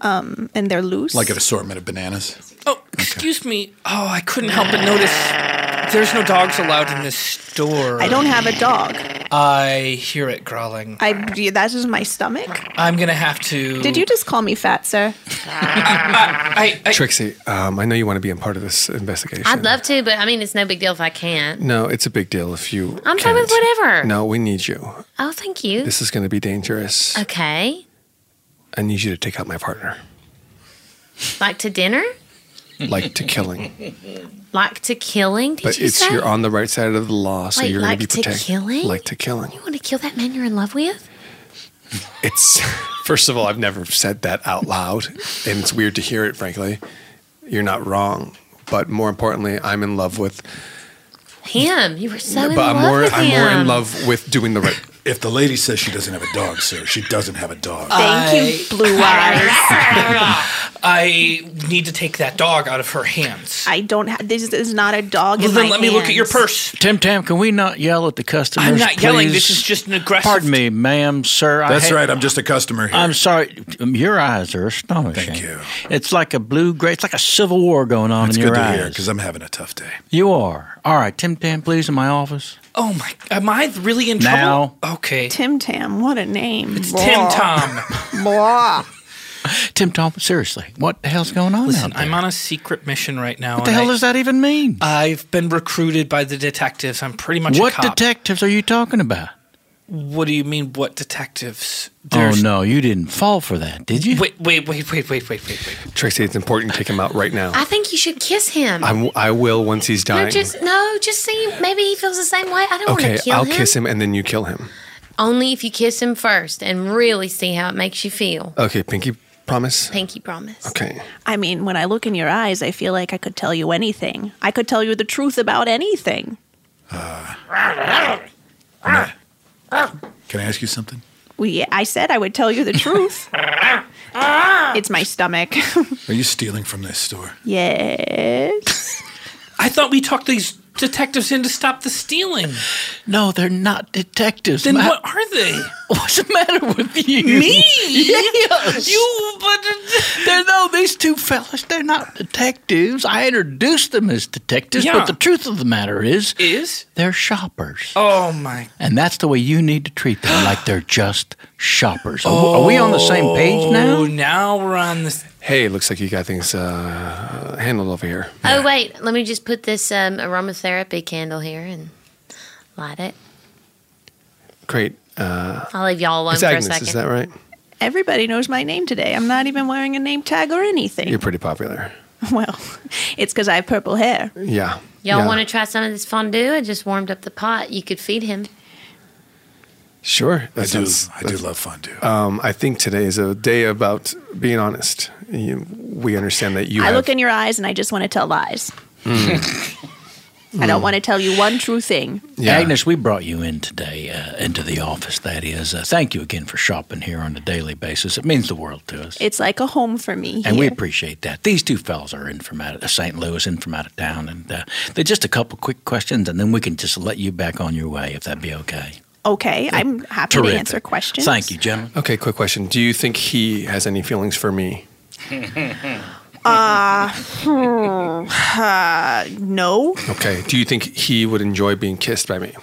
um, and they're loose. Like an assortment of bananas. Oh, Excuse me. Oh, I couldn't help but notice there's no dogs allowed in this store. I don't have a dog. I hear it growling. I, that is my stomach. I'm gonna have to. Did you just call me fat, sir? (laughs) I, Trixie, um, I know you want to be a part of this investigation. I'd love to, but I mean, it's no big deal if I can't. no, it's a big deal if you. I'm fine with can't. whatever. No, we need you. Oh, thank you. This is going to be dangerous. okay. I need you to take out my partner, Like to dinner? like (laughs) to killing. Like to killing? Did but you it's say? you're on the right side of the law, so Wait, you're going like to be to protected. killing? Like to killing. you want to kill that man you're in love with? It's (laughs) first of all, I've never said that out loud, and it's weird to hear it. Frankly, you're not wrong, but more importantly, I'm in love with. Him. You were so in but I'm love more. with I'm him. more in love with doing the (coughs) right. If the lady says she doesn't have a dog, sir, she doesn't have a dog. Thank you, (laughs) Blue Eyes. (laughs) I need to take that dog out of her hands. I don't have. This is not a dog. Well, in then my let me look at hands. your purse. Tim Tam, can we not yell at the customers? I'm not yelling. This please? is just an aggressive. Pardon me, ma'am, sir. I That's hate- right, I'm just a customer here. I'm sorry. Um, Your eyes are astonishing. Thank you. It's like a blue gray. It's like a civil war going on It's in good your to eyes. hear because I'm having a tough day. You are. All right, Tim Tam, please, in my office. Oh my! Am I really in Now. trouble? Okay. Tim Tam, what a name. It's Tim Tom. (laughs) Blah. (laughs) Tim Tam, seriously, what the hell's going on Listen, out there? I'm on a secret mission right now. What the and hell I- does that even mean? I've been recruited by the detectives. I'm pretty much what a cop. detectives are you talking about? what do you mean? What detectives? oh no, you didn't fall for that, did you? (laughs) Wait, wait, wait, wait, wait, wait, wait, wait. Tracy, it's important to take him out right now. I think you should kiss him. I, w- I will once he's dying. No, just no, just see. Maybe he feels the same way. I don't okay, want to kill I'll him. kiss him and then you kill him. Only if you kiss him first and really see how it makes you feel. Okay, Pinky, promise. Pinky promise. Okay. I mean, when I look in your eyes, I feel like I could tell you anything. I could tell you the truth about anything. Can I ask you something? Well, yeah, I said I would tell you the (laughs) truth. it's my stomach. (laughs) Are you stealing from this store? yes. I thought we talked these detectives in to stop the stealing. No, they're not detectives. Then Ma- what are they? (laughs) What's the matter with you? Me? Yes. You, but. They're, no, these two fellas, they're not detectives. I introduced them as detectives, Yeah. but the truth of the matter is, Is? they're shoppers. Oh my! And that's the way you need to treat them, like they're just shoppers. Are we on the same page now? Oh, now we're on this. Hey, looks like you got things uh, handled over here. Oh wait, let me just put this um, aromatherapy candle here and light it. Great. Uh, I'll leave y'all alone it's for Agnes, a second. is that right? Everybody knows my name today. I'm not even wearing a name tag or anything. You're pretty popular. (laughs) Well, it's because I have purple hair. Yeah. Y'all yeah. want to try some of this fondue? I just warmed up the pot. You could feed him. Sure. I do. I do that's- love fondue. Um, I think today is a day about being honest. You, we understand that you. I have, Hmm. look in your eyes and I just want to tell lies. Mm. I don't Mm. want to tell you one true thing. Agnes, we brought you in today uh, into the office. That is, uh, thank you again for shopping here on a daily basis. It means the world to us. It's like a home for me. And we here. appreciate that. These two fellas are in from out of St. Louis, in from out of town, and uh, they're just a couple quick questions, and then we can just let you back on your way if that be okay. okay, I'm happy Terrific. to answer questions. Thank you, gentlemen. Okay, quick question. Do you think he has any feelings for me? Uh, hmm, (laughs) uh, no. Okay. Do you think he would enjoy being kissed by me?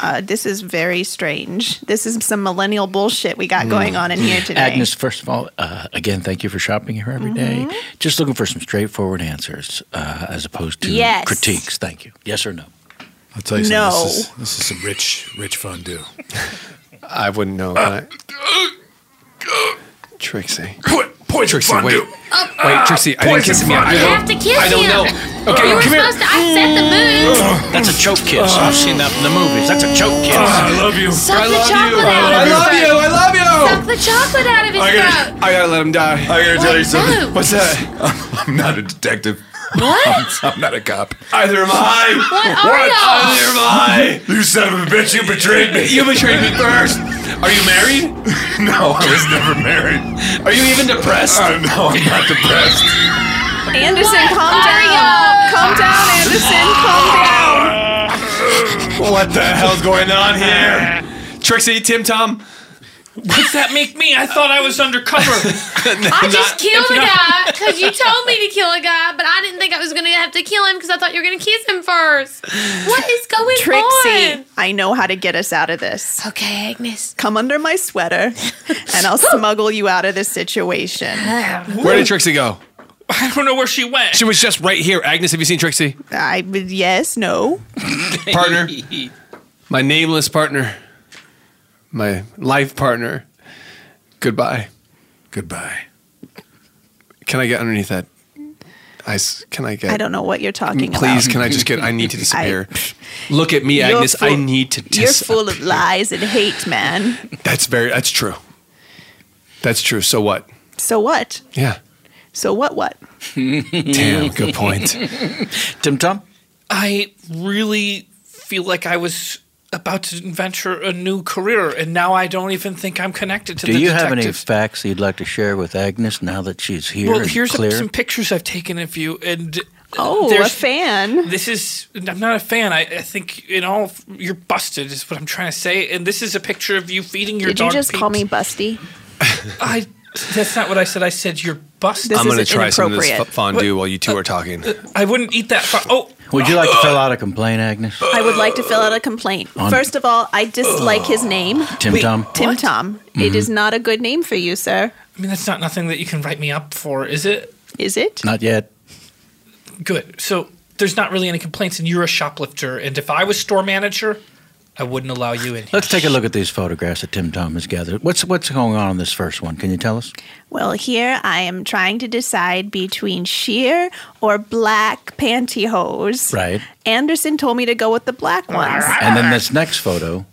Uh, this is very strange. This is some millennial bullshit we Hmm. got going on in here today. Mm. Agnes, first of all, uh, again, thank you for shopping here every day. Mm-hmm. Just looking for some straightforward answers uh, as opposed to Yes. critiques. Thank you. Yes or no? I'll tell you No. something. This is, this is some rich, rich fondue. I wouldn't know. I- Trixie. Poison Trixie, fondue. wait. Wait, Trixie, I didn't Poison kiss him yet. I fondue. don't- You have to kiss I don't him. know. Okay, you were come here. supposed to. I set the mood. That's a choke kiss. I've seen that in the movies. That's a choke kiss. Ah, I love you. Suck the chocolate out of I his love throat. you. I love you. Suck the chocolate out of his I gotta- (laughs) throat. I gotta let him die. I gotta tell you Wait, something. no. What's that? I'm, I'm (laughs) not a detective. What? I'm, (laughs) I'm not a cop. Either am I. What are y'all? Either am I. You son of a bitch! You betrayed me. You betrayed me first. Are you (laughs) married? No, I was never married. Are you even depressed? Uh, no, I'm not depressed. Anderson, What calm are down. y'all? Calm down, Anderson. Calm down. What the hell's going on here? Trixie, Tim Tom. What does that make me? I thought I was undercover. I just (laughs) killed (laughs) a guy because you told me to kill a guy, but I didn't think I was going to have to kill him because I thought you were going to kiss him first. What is going Trixie, on? I know how to get us out of this. Okay, Agnes. Come under my sweater, (laughs) and I'll smuggle you out of this situation. Where did Trixie go? I don't know where she went. She was just right here. Agnes, have you seen Trixie? I yes, no. (laughs) Partner. My nameless partner. My life partner. Goodbye. Goodbye. Can I get underneath that? I s- can I get? Mm, I don't know what you're talking about. Please, can I just get? I need (laughs) to disappear. Look at me, You're Agnes. I full- need to You're disappear. full of lies and hate, man. That's very. That's true. That's true. So what? So what? (laughs) Yeah. So what? What? Damn. Good point. Tim Tom. I really feel like I was about to venture a new career, and now I don't even think I'm connected to Do the you have any detective. facts that you'd like to share with Agnes now that she's here? well, and here's clear? some pictures I've taken of you, and Oh, a there's- fan. This is I'm not a fan. I, I think in all you're busted is what I'm trying to say. And this is a picture of you feeding your Did you dog. just pe- call me Busty? I. That's not what I said. I said you're busted. I'm gonna try some of this f- fondue while you two are talking. But I wouldn't eat that. Fo- oh, Would you like to fill out a complaint, Agnes? Uh, I would like to fill out a complaint. On- First of all, I dislike his name. Tim Wait, Tom? Tim Tom. It Mhm. is not a good name for you, sir. (gasps) I mean, that's not nothing that you can write me up for, is it? Is it? Not yet. Good. So there's not really any complaints, and you're a shoplifter. And if I was store manager, I wouldn't allow you in. Let's take a look at these photographs that Tim Tom has gathered. What's what's going on in this first one? Can you tell us? Well, here I am trying to decide between sheer or black pantyhose. Right. Anderson told me to go with the black ones. And then this next photo.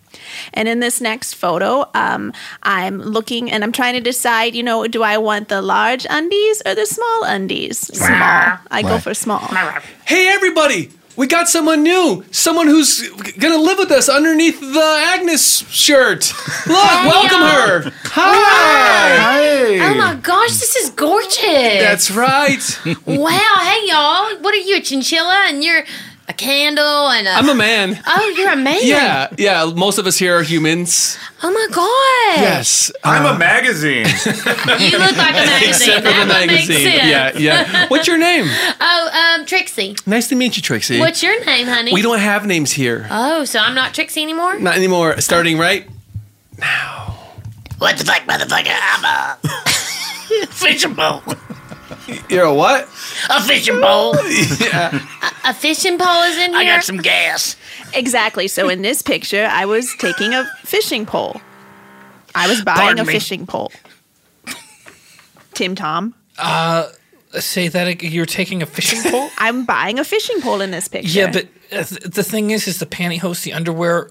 And in this next photo, um, I'm looking and I'm trying to decide, you know, do I want the large undies or the small undies? Small. I go Right. for small. Hey, everybody! We got someone new. Someone who's g- gonna live with us underneath the Agnes (laughs) shirt. Look, Hi, welcome y'all. her. Hi. Oh my gosh, this is gorgeous. That's right. (laughs) (laughs) Wow, hey y'all. What are you, a chinchilla? And you're a candle and a. I'm a man. Oh, you're a man. Yeah, yeah. Most of us here are humans. Oh my god. I'm a (laughs) magazine. You look like a magazine. Uh, Except that for the would make magazine. sense. Yeah, yeah. What's your name? Oh, um, Trixie. Nice to meet you, Trixie. What's your name, honey? We don't have names here. Oh, so I'm not Trixie anymore? Not anymore. Starting right. What the fuck, motherfucker? I'm a. (laughs) fishing bowl. You're a (laughs) what? A fishing bowl. yeah. A fishing pole is in here. I got some gas. Exactly. So in this picture, I was taking a fishing pole. I was buying Pardon a me. fishing pole. Tim Tom, Uh, say that ag- you're taking (laughs) a fishing pole. I'm buying a fishing pole in this picture. Yeah, but uh, th- the thing is, is the pantyhose, the underwear,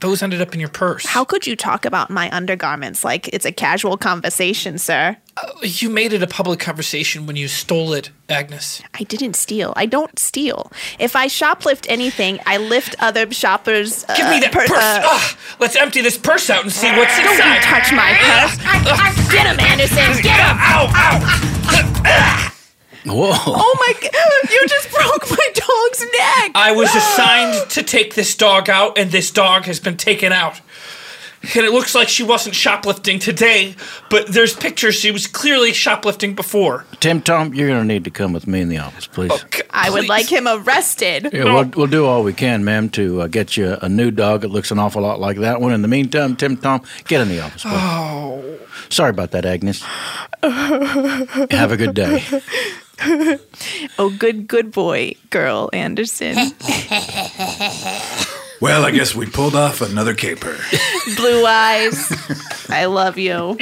those ended up in your purse. how could you talk about my undergarments like it's a casual conversation, sir? You made it a public conversation when you stole it, Agnes. I didn't steal. I don't steal. If I shoplift anything, I lift other shoppers. uh, Give me that purse. Ugh, let's empty this purse out and see what's Don't you inside. touch my purse. Get him, Anderson. Get him. Ow, ow. Whoa. Oh my god! You just broke my dog's neck. I was assigned to take this dog out, and this dog has been taken out. And it looks like she wasn't shoplifting today, but there's pictures she was clearly shoplifting before. Tim Tom, you're going to need to come with me in the office, please. I would like him arrested. Yeah, we'll, we'll do all we can, ma'am, to uh, get you a new dog that looks an awful lot like that one. In the meantime, Tim Tom, get in the office. please. Oh. Sorry about that, Agnes. Have a good day. (laughs) oh, good, good boy, girl, Anderson. (laughs) Well, I guess we pulled off another caper. Blue eyes. I love you.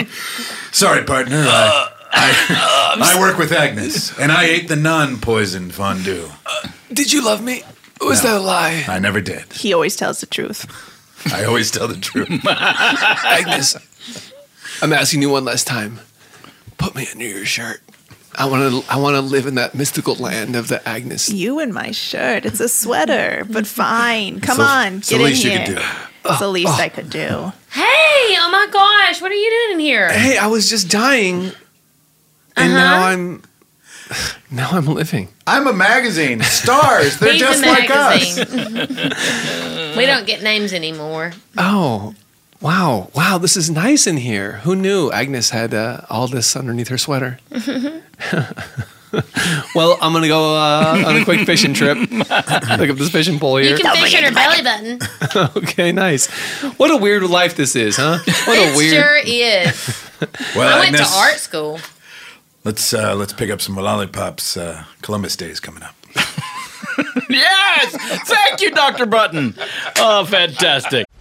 Sorry, partner. I, Uh, I, I work with Agnes, and I ate the non-poisoned fondue. Did you love me? Was No. that a lie? I never did. He always tells the truth. I always tell the truth. Agnes, I'm asking you one last time. Put me under your shirt. I want to. I want to live in that mystical land of the Agnes. You in my shirt. It's a sweater, Mm-hmm. but fine. Come So- on, get so in least you here. could do. It's the least I could do. Hey, oh my gosh. What are you doing in here? Hey, I was just dying, and now Uh-huh. I'm. (sighs) Now I'm living. I'm a magazine. Stars. They're He's just a like us. (laughs) magazine. we don't get names (laughs) anymore. Oh, wow, wow! This is nice in here. Who knew Agnes had uh, all this underneath her sweater? Well, I'm gonna go uh, on a quick fishing trip. (laughs) Look up this fishing pole You here. can fish in her belly button. (laughs) okay, nice. What a weird life this is, huh? What a It weird. sure is. Well, I went Agnes- to art school. Let's uh, let's pick up some lollipops. Uh, Columbus Day is coming up. yes! Thank you, Dr. Button. Oh, fantastic.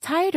Tired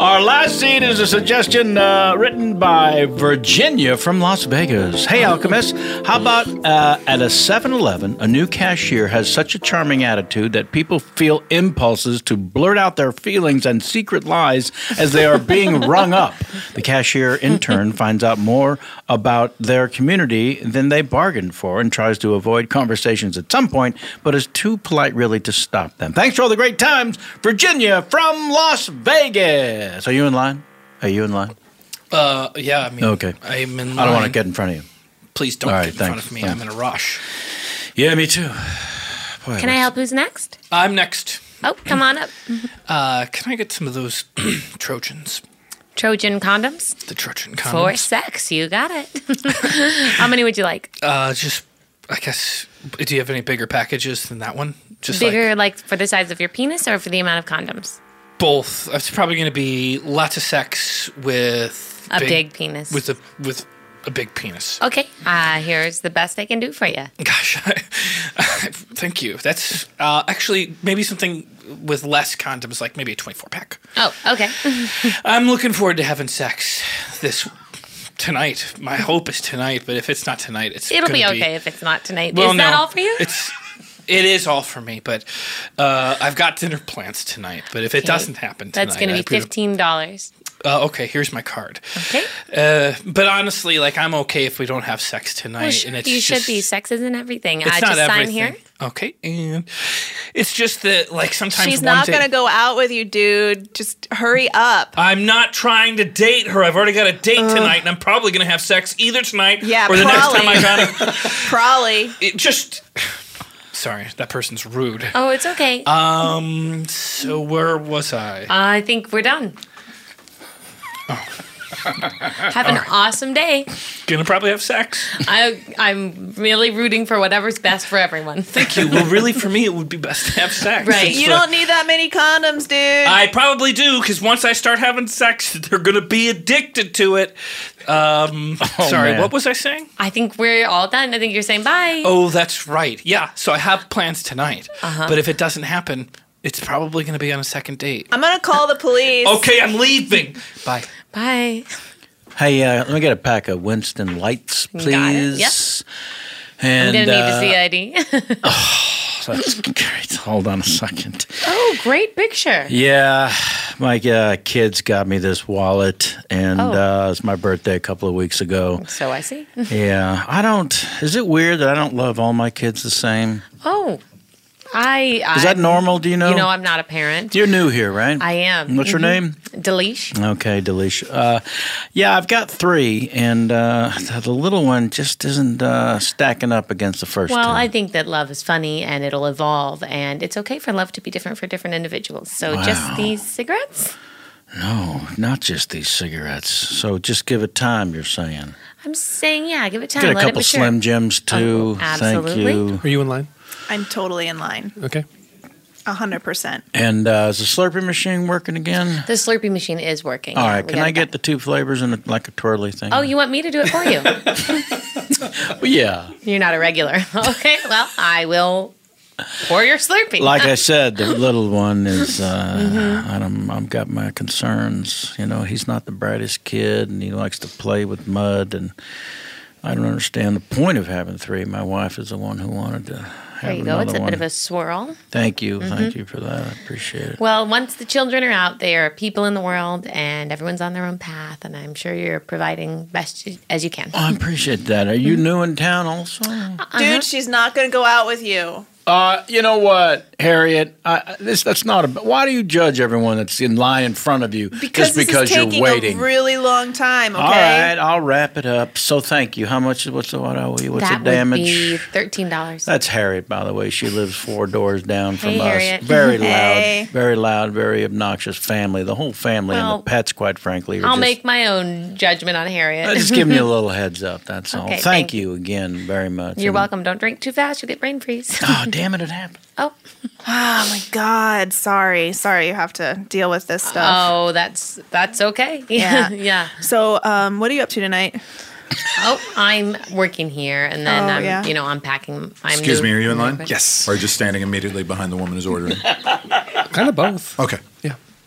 Our last scene is a suggestion uh, written by Virginia from Las Vegas. Hey, Alchemist, how about uh, at a 7 Eleven, a new cashier has such a charming attitude that people feel impulses to blurt out their feelings and secret lies as they are being rung up. The cashier, in turn, finds out more about their community than they bargained for and tries to avoid conversations at some point, but is too polite really to stop them. Thanks for all the great times, Virginia from Las Vegas. Are you in line? Are you in line? Uh, yeah, I mean, okay. I'm in I don't want to line. get in front of you. Please don't All get right, in front thanks, of me. thanks. I'm in a rush. Yeah, me too. Boy, Can I help? Who's next? I'm next. Oh, come on up. Uh, can I get some of those (clears throat) Trojans? Trojan condoms. The Trojan For condoms? sex, you got it. (laughs) How many would you like? Uh, just, I guess, do you have any bigger packages than that one? Just like Bigger, like, for the size of your penis or for the amount of condoms? both. It's probably going to be lots of sex with A big penis. With a with a big penis. Okay, uh, here's the best I can do for you. Thank you. That's uh, actually maybe something with less condoms, like maybe a twenty-four pack. Oh, okay. I'm looking forward to having sex this tonight. My hope is tonight, but if it's not tonight, (laughs) it's It'll be gonna okay if it's not tonight. Well, Is that no. all for you? It's it is all for me, but uh, I've got dinner plans tonight. But if it Okay. doesn't happen, tonight, That's going to I be approve- fifteen dollars. Uh, okay, here's my card. Okay. Uh, but honestly, like I'm okay if we don't have sex tonight, Well, sure, and it's you should just, be. Sex isn't everything. It's I not just sign everything. here. Okay, and it's just that like sometimes She's one not day- going to go out with you, dude. Just hurry up. I'm not trying to date her. I've already got a date tonight, and I'm probably going to have sex either tonight or the next time I got (laughs) it. Probably. It just. (laughs) Sorry, that person's rude. Oh, it's okay. Um. So where was I? I think we're done. (laughs) Have an Oh. All right. awesome day. Gonna probably have sex. I I'm really rooting for whatever's best for everyone. Thank you. Well, really, for me, it would be best to have (laughs) sex. Right. It's You the- don't need that many condoms, dude. I probably do because once I start having sex, (laughs) they're gonna be addicted to it. Um, Oh, sorry, Oh, man. what was I saying? I think we're all done. I think you're saying bye. Oh, that's right. Yeah. So I have plans tonight, Uh-huh. but if it doesn't happen, it's probably gonna be on a second date. I'm going to call the police. Okay, I'm leaving. Bye. Bye. Hey, uh, let me get a pack of Winston lights, Got it. please. And I'm gonna need to uh, see ID. (sighs) (laughs) that's great. Hold on a second. oh, great picture. Yeah, my uh, kids got me this wallet, and Oh. uh, it's my birthday a couple of weeks ago. So I see. (laughs) yeah, I don't. Is it weird that I don't love all my kids the same? Oh, I, I Is that normal? Do you know? You know, I'm not a parent. You're new here, right? I am. What's your Mhm. name? Delish. Okay, Delisha. Uh, yeah, I've got three, and uh, the little one just isn't uh, stacking up against the first well, two. I think that love is funny and it'll evolve, and it's okay for love to be different for different individuals. So Wow. just these cigarettes. No, not just these cigarettes. So just give it time. You're saying. I'm saying, yeah, give it time. Get a let couple it mature. Slim Jims too. Oh, absolutely. Thank you. Are you in line? I'm totally in line. Okay. 100%. And uh, is the Slurpee machine working again? The Slurpee machine is working. All Yeah, right. we Can got I it get the two flavors and a, like a twirly thing? back. Oh, you want me to do it for you? Well, yeah. You're not a regular. (laughs) Okay, well, I will pour your Slurpee. Like (laughs) I said, the little one is. Uh, Mhm. I don't, I've got my concerns. You know, he's not the brightest kid, and he likes to play with mud. And I don't understand the point of having three. My wife is the one who wanted to have There you go. another It's a one. bit of a swirl. Thank you, Mhm. thank you for that. I appreciate it. Well, once the children are out, they are people in the world, and everyone's on their own path. And I'm sure you're providing best as you can. I appreciate that. Are you new in town also? Dude, she's not going to go out with you. Uh, you know what, Harriet? I, this that's not a. Why do you judge everyone that's in line in front of you Because just this because is taking you're waiting? a really long time, okay? All right, I'll wrap it up. So thank you. How much? What's the what owe you? What's that the damage? would be thirteen dollars. That's Harriet, by the way. She lives four doors down from Hey, us. Harriet. Very (laughs) Hey. loud, very loud, very obnoxious family. The whole family Well, and the pets, quite frankly. Are I'll just, make my own judgment on Harriet. I just (laughs) giving you a little heads up. That's all. Okay, thank thank you again very much. You're And- welcome. Don't drink too fast; you'll get brain freeze. Oh damn it! It happened. Oh. Oh my God! Sorry, sorry. You have to deal with this stuff. Oh, that's that's okay. (laughs) Yeah, yeah. So, um, what are you up to tonight? (laughs) Oh, I'm working here, and then Oh, I'm, yeah. you know, I'm packing. I'm Excuse new- me, are you in line? Yes. Yes. Or just standing immediately behind the woman (laughs) who's ordering? kind of both. Okay.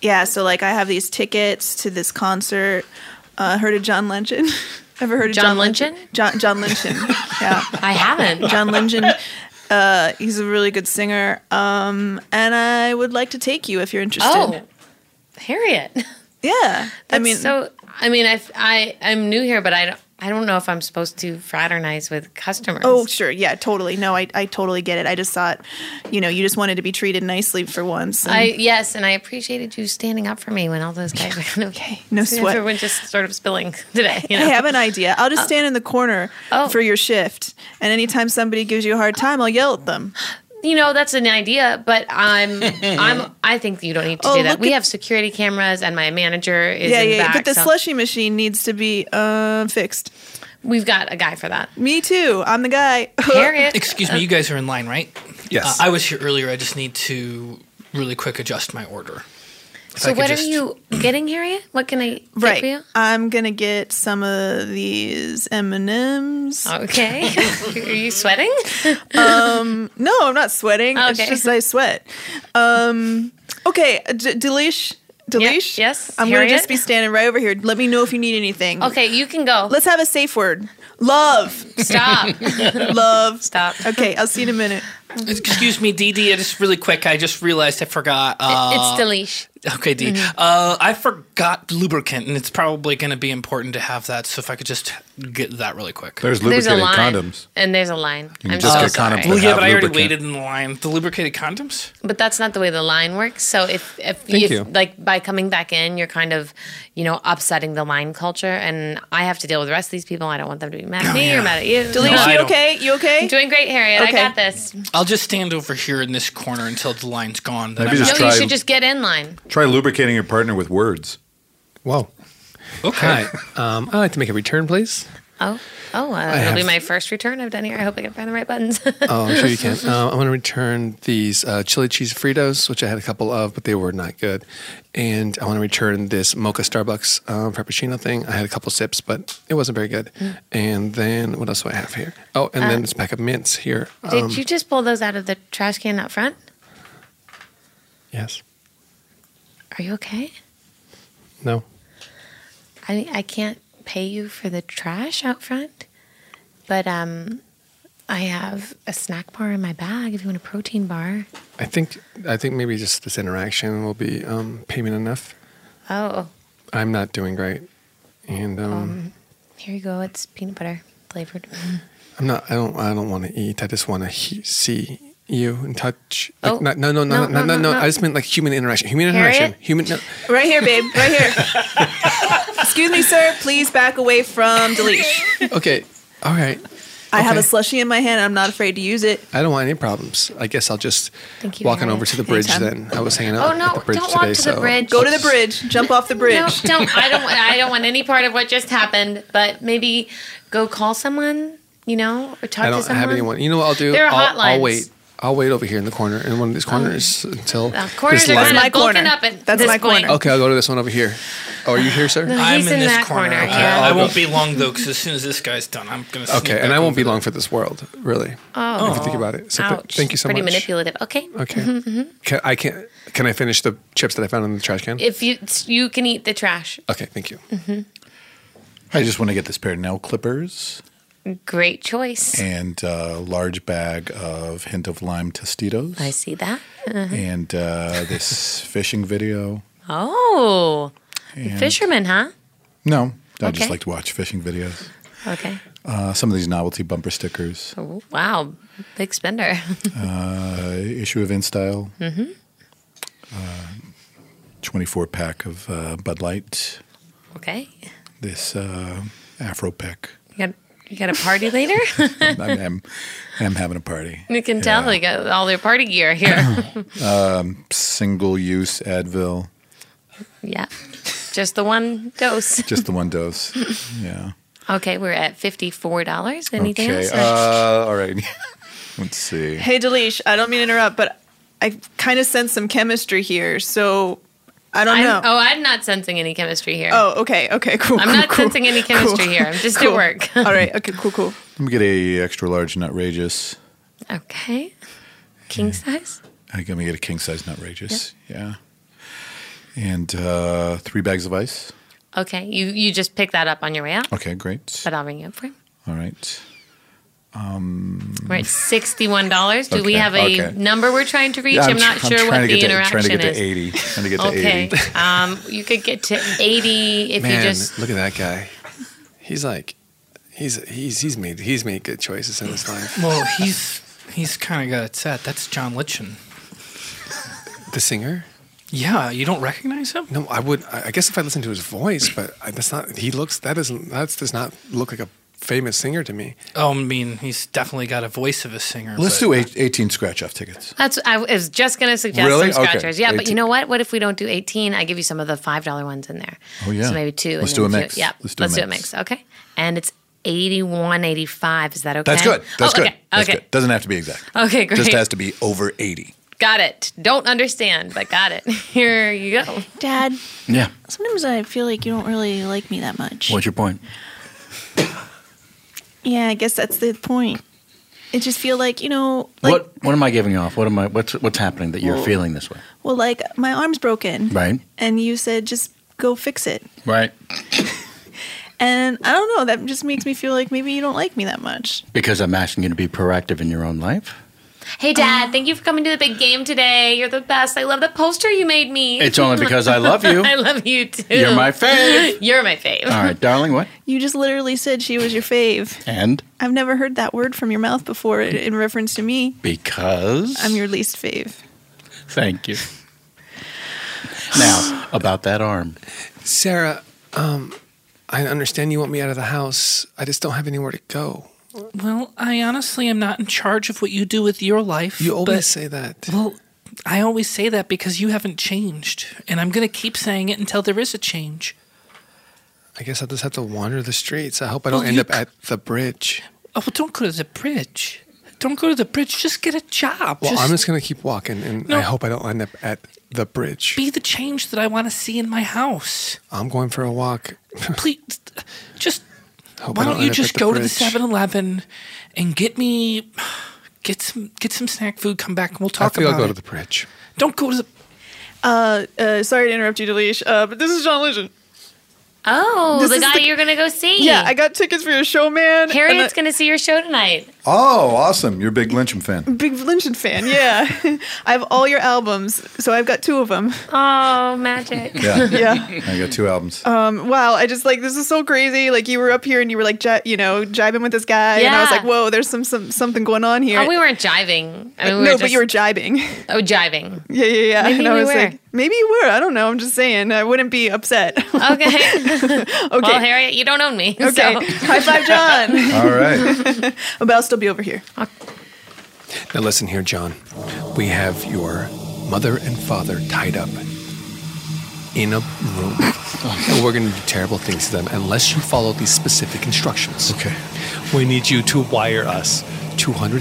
Yeah. So, like, I have these tickets to this concert. Uh, heard of John Lynchen? (laughs) Ever heard of John John, Lynchen? John (laughs) John Lynchen. yeah, I haven't. John Lynchen. Uh, he's a really good singer. Um, and I would like to take you if you're interested. Oh, Harriet. (laughs) Yeah. I mean, so I mean, I I I'm new here, but I don't I don't know if I'm supposed to fraternize with customers. Oh, sure. Yeah, totally. No, I, I totally get it. I just thought, you know, you just wanted to be treated nicely for once. and- I yes, and I appreciated you standing up for me when all those guys were okay. no sweat. Everyone just sort of spilling today. You know? Uh, oh. I (laughs) have an idea. I'll just stand in the corner for your shift. And anytime somebody gives you a hard time, I'll yell at them. You know that's an idea, but (laughs) I'm I'm I think you don't need to Oh, do that. look We at- have security cameras, and my manager is yeah, in yeah. back. but the so- slushy machine needs to be uh, fixed. We've got a guy for that. Me too. I'm the guy. (laughs) Excuse me, you guys are in line, right? Yes. Uh, I was here earlier. I just need to really quick adjust my order. If I So could what just- are (clears throat) you getting, Harriet? What can I get for you? Right. I'm gonna get some of these M and M's. Okay. (laughs) (laughs) Are you sweating? um. No, I'm not sweating. Okay. It's just I sweat. Um. Okay. D- Delish, Delish? yes. I'm going to Harriet? just be standing right over here. Let me know if you need anything. Okay, you can go. Let's have a safe word. Love. Stop. (laughs) Love. Stop. Okay, I'll see you in a minute. Excuse me, Dee Dee. I Just really quick, I just realized I forgot. Uh, it's Delish. Okay, Dee. Mhm. Uh, I forgot lubricant, and it's probably going to be important to have that. So if I could just get that really quick. There's lubricated condoms. And there's a line. You can I'm just so get condoms sorry. that Well, yeah, have but I already lubricant. waited in the line. The lubricated condoms? But that's not the way the line works. So if if you, Thank you. like by coming back in, you're kind of, you know, upsetting the line culture, and I have to deal with the rest of these people. I don't want them to be mad Oh, at me or mad at you. Delish, I you don't. okay? You okay? Doing great, Harriet. I Okay. got this. I'll just stand over here in this corner until the line's gone. Maybe I'm just no, try- you should just get in line. Try lubricating your partner with words. Whoa. Okay. um, I'd like to make a return, please. Oh, oh, uh, it'll have- be my first return I've done here. I hope I can find the right buttons. Oh, I'm (laughs) sure you can. Uh, I want to return these uh, chili cheese Fritos, which I had a couple of, but they were not good. And I want to return this mocha Starbucks um, frappuccino thing. I had a couple sips, but it wasn't very good. Mm. And then what else do I have here? Oh, and Uh, then this pack of mints here. Did Um, you just pull those out of the trash can out front? Yes. Are you okay? No. I I can't pay you for the trash out front, but um, I have a snack bar in my bag. If you want a protein bar. I think I think maybe just this interaction will be um, payment enough. Oh, I'm not doing great, and um, um, here you go. It's peanut butter flavored. I'm not. I don't. I don't want to eat. I just want to he- see you and touch. Like, Oh. not, no, no, no, no, no, no, no, no. I just meant like human interaction. Human Harriet? interaction. Human. No. Right here, babe. Right here. Excuse me, sir. Please back away from Delish. Okay. All right. I have a Okay. slushy in my hand. I'm not afraid to use it. I don't want any problems. I guess I'll just Thank you, walk on Harriet. over to the bridge Anytime. then. I was hanging Oh, out at the bridge today. so. Go to the bridge. Jump off the bridge. No, don't. I don't. (laughs) I don't want any part of what just happened. But maybe go call someone. You know, or talk I to don't someone. have anyone. You know what I'll do? There are I'll, I'll hotlines. wait. I'll wait over here in the corner in one of these corners until Uh, corners this are line- kind of bulking up at this point. Okay, I'll go to this one over here. Oh, are you here, sir? No, I'm he's in, in this that corner. corner, I- yeah. I, I'll go- won't be long though, because as soon as this guy's done, I'm gonna. sneak (laughs) Okay, and back I won't over. be long for this world, really. Oh. if you think about it. So th- Ouch. thank you so Pretty much. manipulative. Okay. Okay. Mhm, mhm. Can, I can Can I finish the chips that I found in the trash can? (laughs) If you you can eat the trash. okay, thank you. hmm I just want to get this pair of nail clippers Great choice. and a large bag of hint of lime Tostitos I see that. Uh-huh. (laughs) and uh, this fishing video. Oh, And- fisherman, huh? No, I Okay. just like to watch fishing videos. Okay. Uh, some of these novelty bumper stickers, Oh, wow, big spender. (laughs) uh, issue of InStyle, hmm 24 pack of uh, Bud Light, Okay. this uh, Afro pack. (laughs) You got you got a party (laughs) later. I'm, I'm, I'm having a party. you can tell they got all their party gear (clears throat) here. Um, single use Advil, yeah, just the one dose. just the one (laughs) dose. Yeah. Okay, we're at fifty four dollars. Anything okay. else? Uh, all (laughs) right. Let's see. Hey, Delish. I don't mean to interrupt, but I kind of sense some chemistry here. So I don't know. I'm- Oh, I'm not sensing any chemistry here. Oh, okay. Okay. Cool. I'm cool, not cool, sensing any cool, chemistry here. I'm just at cool. work. All right. Okay. Cool. Cool. Let me get a extra large Nutrageous. (laughs) Okay. King Hmm. size. I Uh, let me get a king size Nutrageous. Yeah. And uh, three bags of ice. Okay, you you just pick that up on your way out. Okay, great. But I'll ring you up for him. All right. Um, We're at sixty-one dollars. Do we Okay, have a okay. number we're trying to reach? Yeah, I'm, not tr- sure trying what to the get to, interaction trying to get is. to 80. Trying to get okay, to 80. um, you could get to eighty if Man, you just. look at that guy. He's like, he's he's he's made he's made good choices in his life. Well, he's he's kind of got it set. That's John Litchin. The singer? Yeah, you don't recognize him? No, I would. I I guess if I listen to his voice, but I, that's not. He looks. That doesn't. That does not look like a famous singer to me. Oh, I mean, he's definitely got a voice of a singer. Let's but- do eight, 18 scratch off tickets. That's I was just gonna suggest Really? some Okay. scratchers. Yeah, but you 18. know what? What if we don't do eighteen? I give you some of the five dollar ones in there. Oh, yeah. So maybe two. Let's and do then a two. mix. Yeah. Let's do a mix. Okay. And it's eighty-one eighty-five. Is that okay? That's good. That's oh, good. Okay. That's okay. good. Doesn't have to be exact. Okay, Just great. has to be over 80. Got it. Don't understand, but got it. (laughs) Here you go. Dad, Yeah. sometimes I feel like you don't really like me that much. What's your point? Yeah, I guess that's the point. I just feel like you know, like what What am I giving off? What am I? What's What's happening that you're Well- feeling this way? well, like my arm's broken, Right. And you said just go fix it, Right. and I don't know. That just makes me feel like maybe you don't like me that much. Because I'm asking you to be proactive in your own life. Hey, Dad, Um, thank you for coming to the big game today. You're the best. I love the poster you made me. It's (laughs) only because I love you. I love (laughs) you too. You're my fave. (laughs) You're my fave. All right, darling. What? You just literally said she was your fave. And I've never heard that word from your mouth before in- in reference to me. because. I'm your least fave. Thank you. Now (sighs) about that arm. Sarah, um, I understand you want me out of the house. I just don't have anywhere to go. Well, I honestly am not in charge of what you do with your life. You always but- say that. Well, I always say that because you haven't changed, and I'm going to keep saying it until there is a change. I guess I'll just have to wander the streets. I hope I don't Well, end you up at the bridge. Oh, well, don't go to the bridge. Don't go to the bridge. Just get a job. Well, just I'm just going to keep walking, and No. I hope I don't end up at the bridge. be the change that I want to see in my (laughs) house. I'm going for a walk. Please, just Hope I why don't don't, you end up at just the go to the bridge. 7-Eleven and get me get some get some snack food. Come back and we'll talk I feel about I'll go it. to the bridge. don't go to the Uh, uh, sorry to interrupt you, Delish, uh, but this is John Legend. Oh, This the is guy the- you're going to go see. Yeah, I got tickets for your show, man. Harriet's going to see your show tonight. Oh, awesome. You're a big Lynchum fan. Big Lynchon fan, yeah. (laughs) I have all your albums, so I've got two of them. Oh, magic. Yeah. (laughs) (laughs) yeah. (laughs) I got two albums. Um, wow, I just like this is so crazy. Like you were up here and you were like, ji- you know, jibing with this guy, and I was Yeah. like, whoa, there's some, some something going on here. Oh, (laughs) we weren't jiving. I mean, we no, were but just- you were jibing. Oh, jiving. Yeah, yeah, yeah. Maybe and I we was were. like, maybe you were. I don't know. I'm just saying. I wouldn't be upset. (laughs) okay. okay. Well, Harriet, you don't own me. (laughs) Okay. High five, John. All right. (laughs) but I'll still be over here. Uh, Now, listen here, John. We have your mother and father tied up in a (laughs) room. and we're going to do terrible things to them unless you follow these specific instructions. Okay. We need you to wire us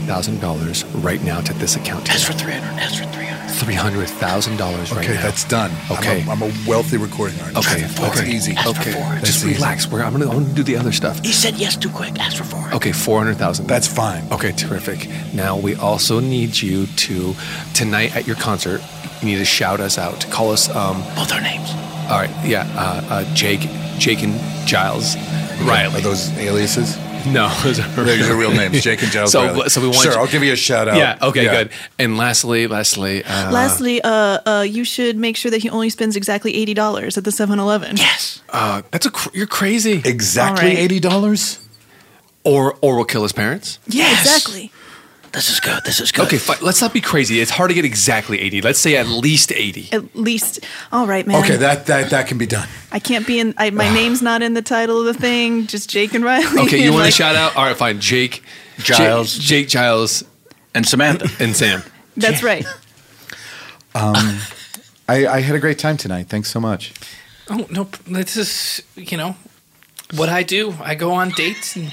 $200,000 right now to this account. That's for 300 That's for 300 $300,000 right Okay, now. that's done. I'm Okay. a- I'm a wealthy recording artist. Okay, That's okay. easy. That's for okay. four. That's Just easy. relax. We're, I'm going to I'm gonna do the other stuff. He said yes too quick. Ask for four. Okay, 400,000. That's fine. Okay, terrific. Now we also need you to, tonight at your concert, you need to shout us out. Call us. Um, Both our names. All right, yeah. Uh, uh, Jake, Jake and Giles Riley. Are those aliases? No, (laughs) those are, These are real (laughs) names, Jake and Giles So, Riley. so we want Sure, I'll give you a shout out. Yeah, okay, Yeah. good. And lastly, lastly, uh, Lastly, uh, uh, you should make sure that he only spends exactly eighty dollars at the 7-Eleven. Yes. uh, that's a cr- you're crazy. Exactly All right. dollars, or or we'll kill his parents. Yeah. Exactly. This is good. This is good. Okay, fine. let's not be crazy. It's hard to get exactly eighty. Let's say at least eighty. At least. All right, man. that that that can be done. I can't be in. I, (sighs) my name's not in the title of the thing. Just Jake and Riley. (laughs) (laughs) Okay, you And, want like, to shout out? All right, fine. Jake, Giles. Jake, Jake Giles, and Samantha, (laughs) and (laughs) Sam. That's right. Um, I, I had a great time tonight. Thanks so much. (laughs) Oh no, p- this is you know what I do. I go on dates and,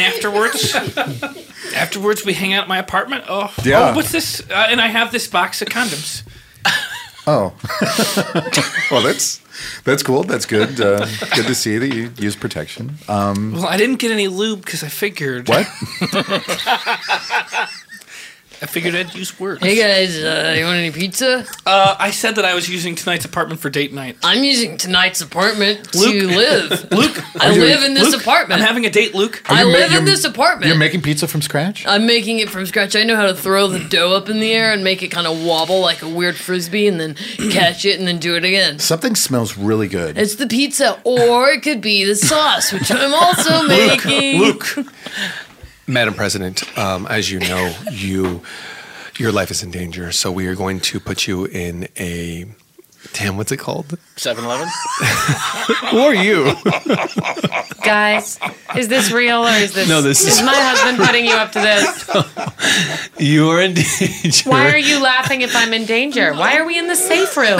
(laughs) afterwards, afterwards we hang out at my apartment. Oh, Yeah. oh what's this? Uh, and I have this box of condoms. Oh, (laughs) well, that's that's cool. That's good. Uh, good to see that you use protection. Um, Well, I didn't get any lube because I figured. What? (laughs) I figured I'd use words. Hey, guys, uh, you want any pizza? Uh, I said that I was using tonight's apartment for date night. (laughs) I'm using tonight's apartment to Luke. live. (laughs) Luke, I live in this Luke, apartment. I'm having a date, Luke. I live in this apartment. You're making pizza from scratch. I'm making it from scratch. I know how to throw the dough up in the air and make it kind of wobble like a weird frisbee and then catch it and then do it again. Something smells really good. It's the pizza, or it could be the sauce, which I'm also making. Luke, Madam President, um, as you know, you your life is in danger, so we are going to put you in a damn. What's it called? 7 Eleven? Who are you? Guys, is this real or is this? No, this is- is my husband putting you up to (laughs) this. you are in danger. Why are (laughs) you laughing if I'm in danger? Why are we in the safe room?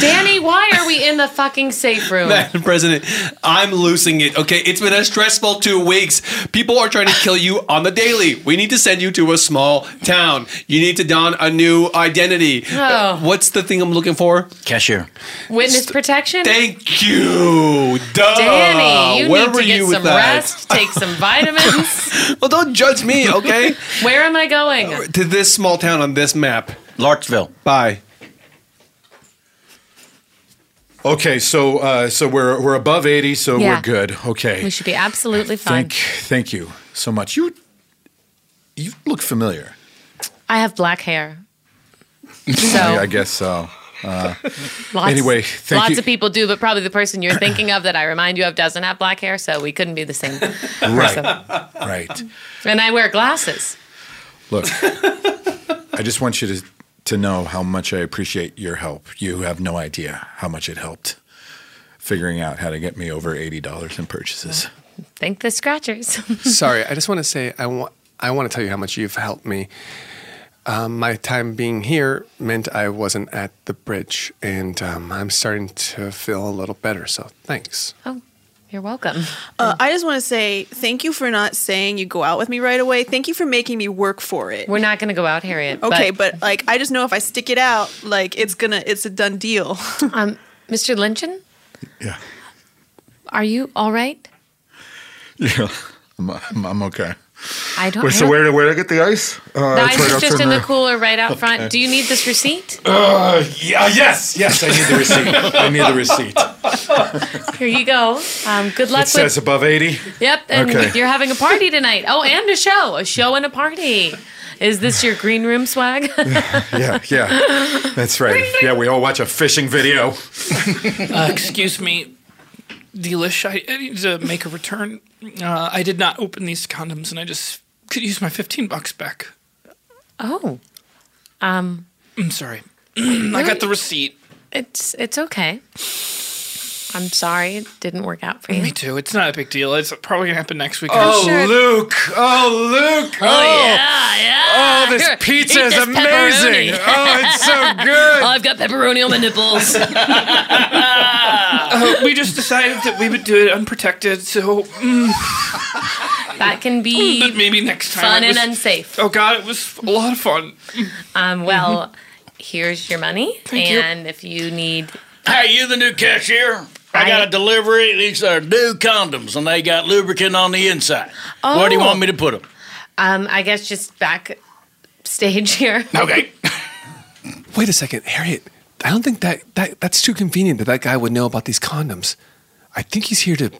Danny, President, why are we in the fucking safe room? Madam President, I'm losing it. Okay, it's been a stressful two weeks. People are trying to kill you on the daily. We need to send you to a small town. You need to don a new identity. Oh. Uh, What's the thing I'm looking for? Cashier. Witness protection? Thank you. Duh. Danny, you Where need were to get you with some that? rest, take (laughs) some vitamins. well, don't judge me, okay? Where am I going? To this small town on this map. Larksville. Bye. Okay, so uh, so we're we're above eighty, so Yeah. we're good. Okay, We should be absolutely fine. thank thank you so much. You you look familiar. I have black hair. So I, I guess so. (laughs) Uh, lots, anyway, thank lots you. of people do, but probably the person you're thinking of that I remind you of doesn't have black hair, so we couldn't be the same. right, right. And I wear glasses. Look, I just want you to to know how much I appreciate your help. You have no idea how much it helped figuring out how to get me over eighty dollars in purchases. Thank the scratchers. (laughs) Sorry, I just want to say I want I want to tell you how much you've helped me. Um, my time being here meant I wasn't at the bridge, and um, I'm starting to feel a little better. So thanks. You're welcome. Uh, I just want to say thank you for not saying you go out with me right away. Thank you for making me work for it. We're not going to go out, Harriet. Okay, but, like I just know if I stick it out, like it's gonna, it's a done deal. (laughs) um, Mr. Lynchen, Yeah. are you all right? (laughs) Yeah, I'm, I'm, I'm okay. I don't. I don't- do where do I get the ice? Uh, the it's ice right is out just from in the the- cooler right out Okay. front. Do you need this receipt? Uh, yeah, yes, yes, I need the receipt. I need the (laughs) receipt. Here you go. Um, good luck it says with. above eighty. Yep, and Okay. you're having a party tonight. Oh, and a show, a show and a party. Is this your green room swag? Yeah, (laughs) yeah, that's right. Yeah, we all watch a fishing (laughs) video. uh, excuse me, Delish. I, I need to make a return. Uh, I did not open these condoms, and I just could use my fifteen bucks back. oh, um, I'm sorry. (clears throat) I got the receipt. (laughs) it's it's okay. I'm sorry it didn't work out for you. Me too. It's not a big deal. It's probably gonna happen next week. Oh, Sure. Luke! Oh, Luke! Oh, yeah, yeah. (laughs) Oh, this Here, pizza eat is this amazing. pepperoni. Oh, it's so good. I've got pepperoni on my (laughs) nipples. Uh, we just decided that we would do it unprotected, so mm, that can be But maybe next time. fun and it was- unsafe. Oh God, it was a lot of fun. Mm-hmm. Um, well, here's your money, Thank you. and if you need Hey, you the new cashier? I, got a delivery. These are new condoms, and they got lubricant on the inside. Where do you Oh. want me to put them? Um, I guess just back stage (laughs) here. Okay. Wait a second, Harriet. I don't think that, that that's too convenient that that guy would know about these condoms. I think he's here to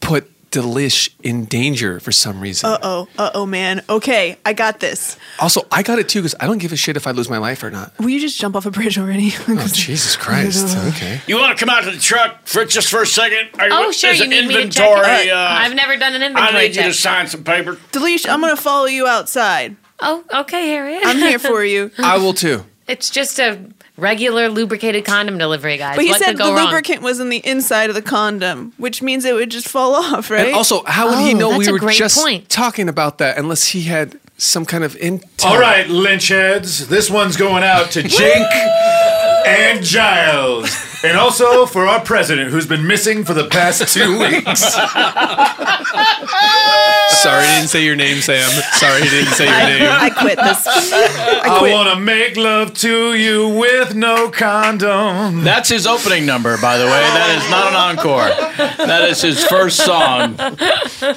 put Delish in danger for some reason. Uh oh, uh oh, man. Okay, I got this. also, I got it too because I don't give a shit if I lose my life or not. Will you just jump off a bridge already? (laughs) Oh Jesus Christ! Okay. You want to come out to the truck for just for a second? Are you- Oh, sure. there's You an need me to check. inventory, it. uh, I've never done an inventory I need you to check. sign some paper. Delish, I'm gonna follow you outside. Oh, okay, Harriet. I'm (laughs) here for you. I will too. It's just a regular lubricated condom delivery, guys. But he what said could the go wrong? lubricant was in the inside of the condom, which means it would just fall (laughs) off, right? Oh, And also, how would Oh, he know we were just talking about that unless he had some kind of intel? All right, lynch heads. This one's going out (laughs) to Jink and Giles. And also for our president who's been missing for the past (laughs) two weeks. Sorry, I didn't say your name, Sam. Sorry, he didn't say your name. I quit (laughs) this. I, quit. want to make love to you with no condom. That's his opening number, by the way. That is not an encore. That is his first (laughs) song.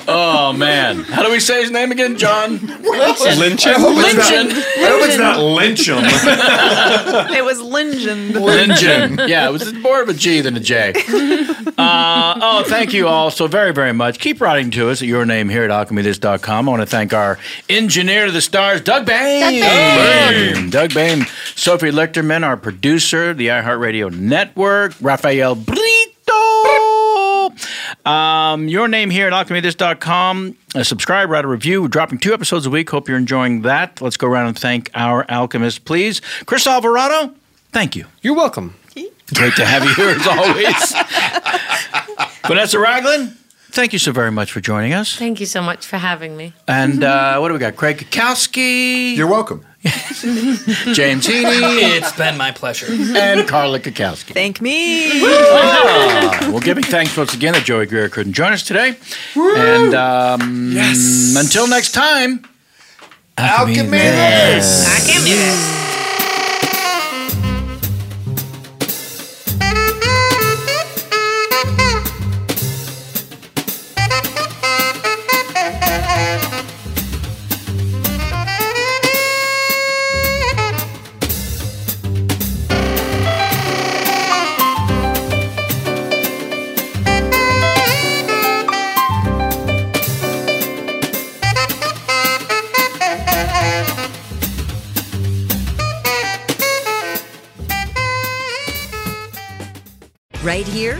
Oh man, how do we say his name again, John? Lynchen. Lynchen. I hope it's not- I hope it's not Lynchum. (laughs) it was (laughs) Lingen. Lynchen. Yeah, it was more of a G than a (laughs) J. Uh, oh, thank you all so very, very much. Keep writing to us at your name here at alchemythis.com. I want to thanhank our engineer to the stars, Doug Bain. Doug Bain. Doug Bain, Sophie Lichterman, our producer, the iHeartRadio Network, Rafael Brito. Um, your name here at alchemythis.com. Uh, subscribe, write a review. We're dropping two episodes a week. Hope you're enjoying that. Let's go around and thank our alchemist, please. Chris Alvarado, thank you. You're welcome. Great to have you here as (laughs) always. Vanessa Raglan, thank you so very much for joining us. Thank you so much for having me. And uh, what do we got? Craig Kukowski. You're welcome. (laughs) James Heaney. (laughs) it's been my pleasure. and Carla Kakowski. Thank me. Ah, well, giving thanks once again that Joey Greer couldn't join us today. And um, yes. until next time, Alchemy This. Right here,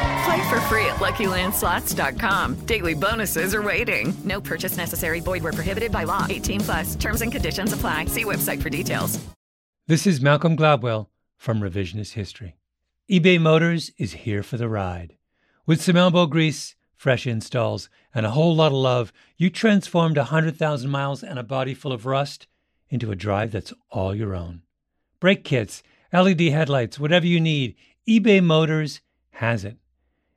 Play for free at LuckyLandSlots.com. Daily bonuses are waiting. No purchase necessary. Void where prohibited by law. 18 plus. Terms and conditions apply. See website for details. This is Malcolm Gladwell from Revisionist History. eBay Motors is here for the ride. With some elbow grease, fresh installs, and a whole lot of love, you transformed 100,000 miles and a body full of rust into a drive that's all your own. Brake kits, LED headlights, whatever you need, eBay Motors has it.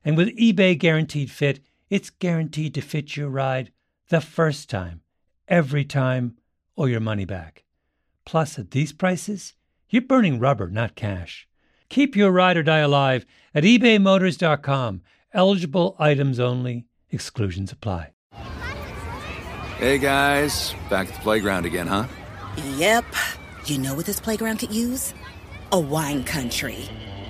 And with eBay Guaranteed Fit, it's guaranteed to fit your ride the first time, every time, or your money back. Plus, at these prices, you're burning rubber, not cash. Keep your ride or die alive at ebaymotors.com. Eligible items only, exclusions apply. Hey guys, back at the playground again, huh? Yep. You know what this playground could use? A wine country.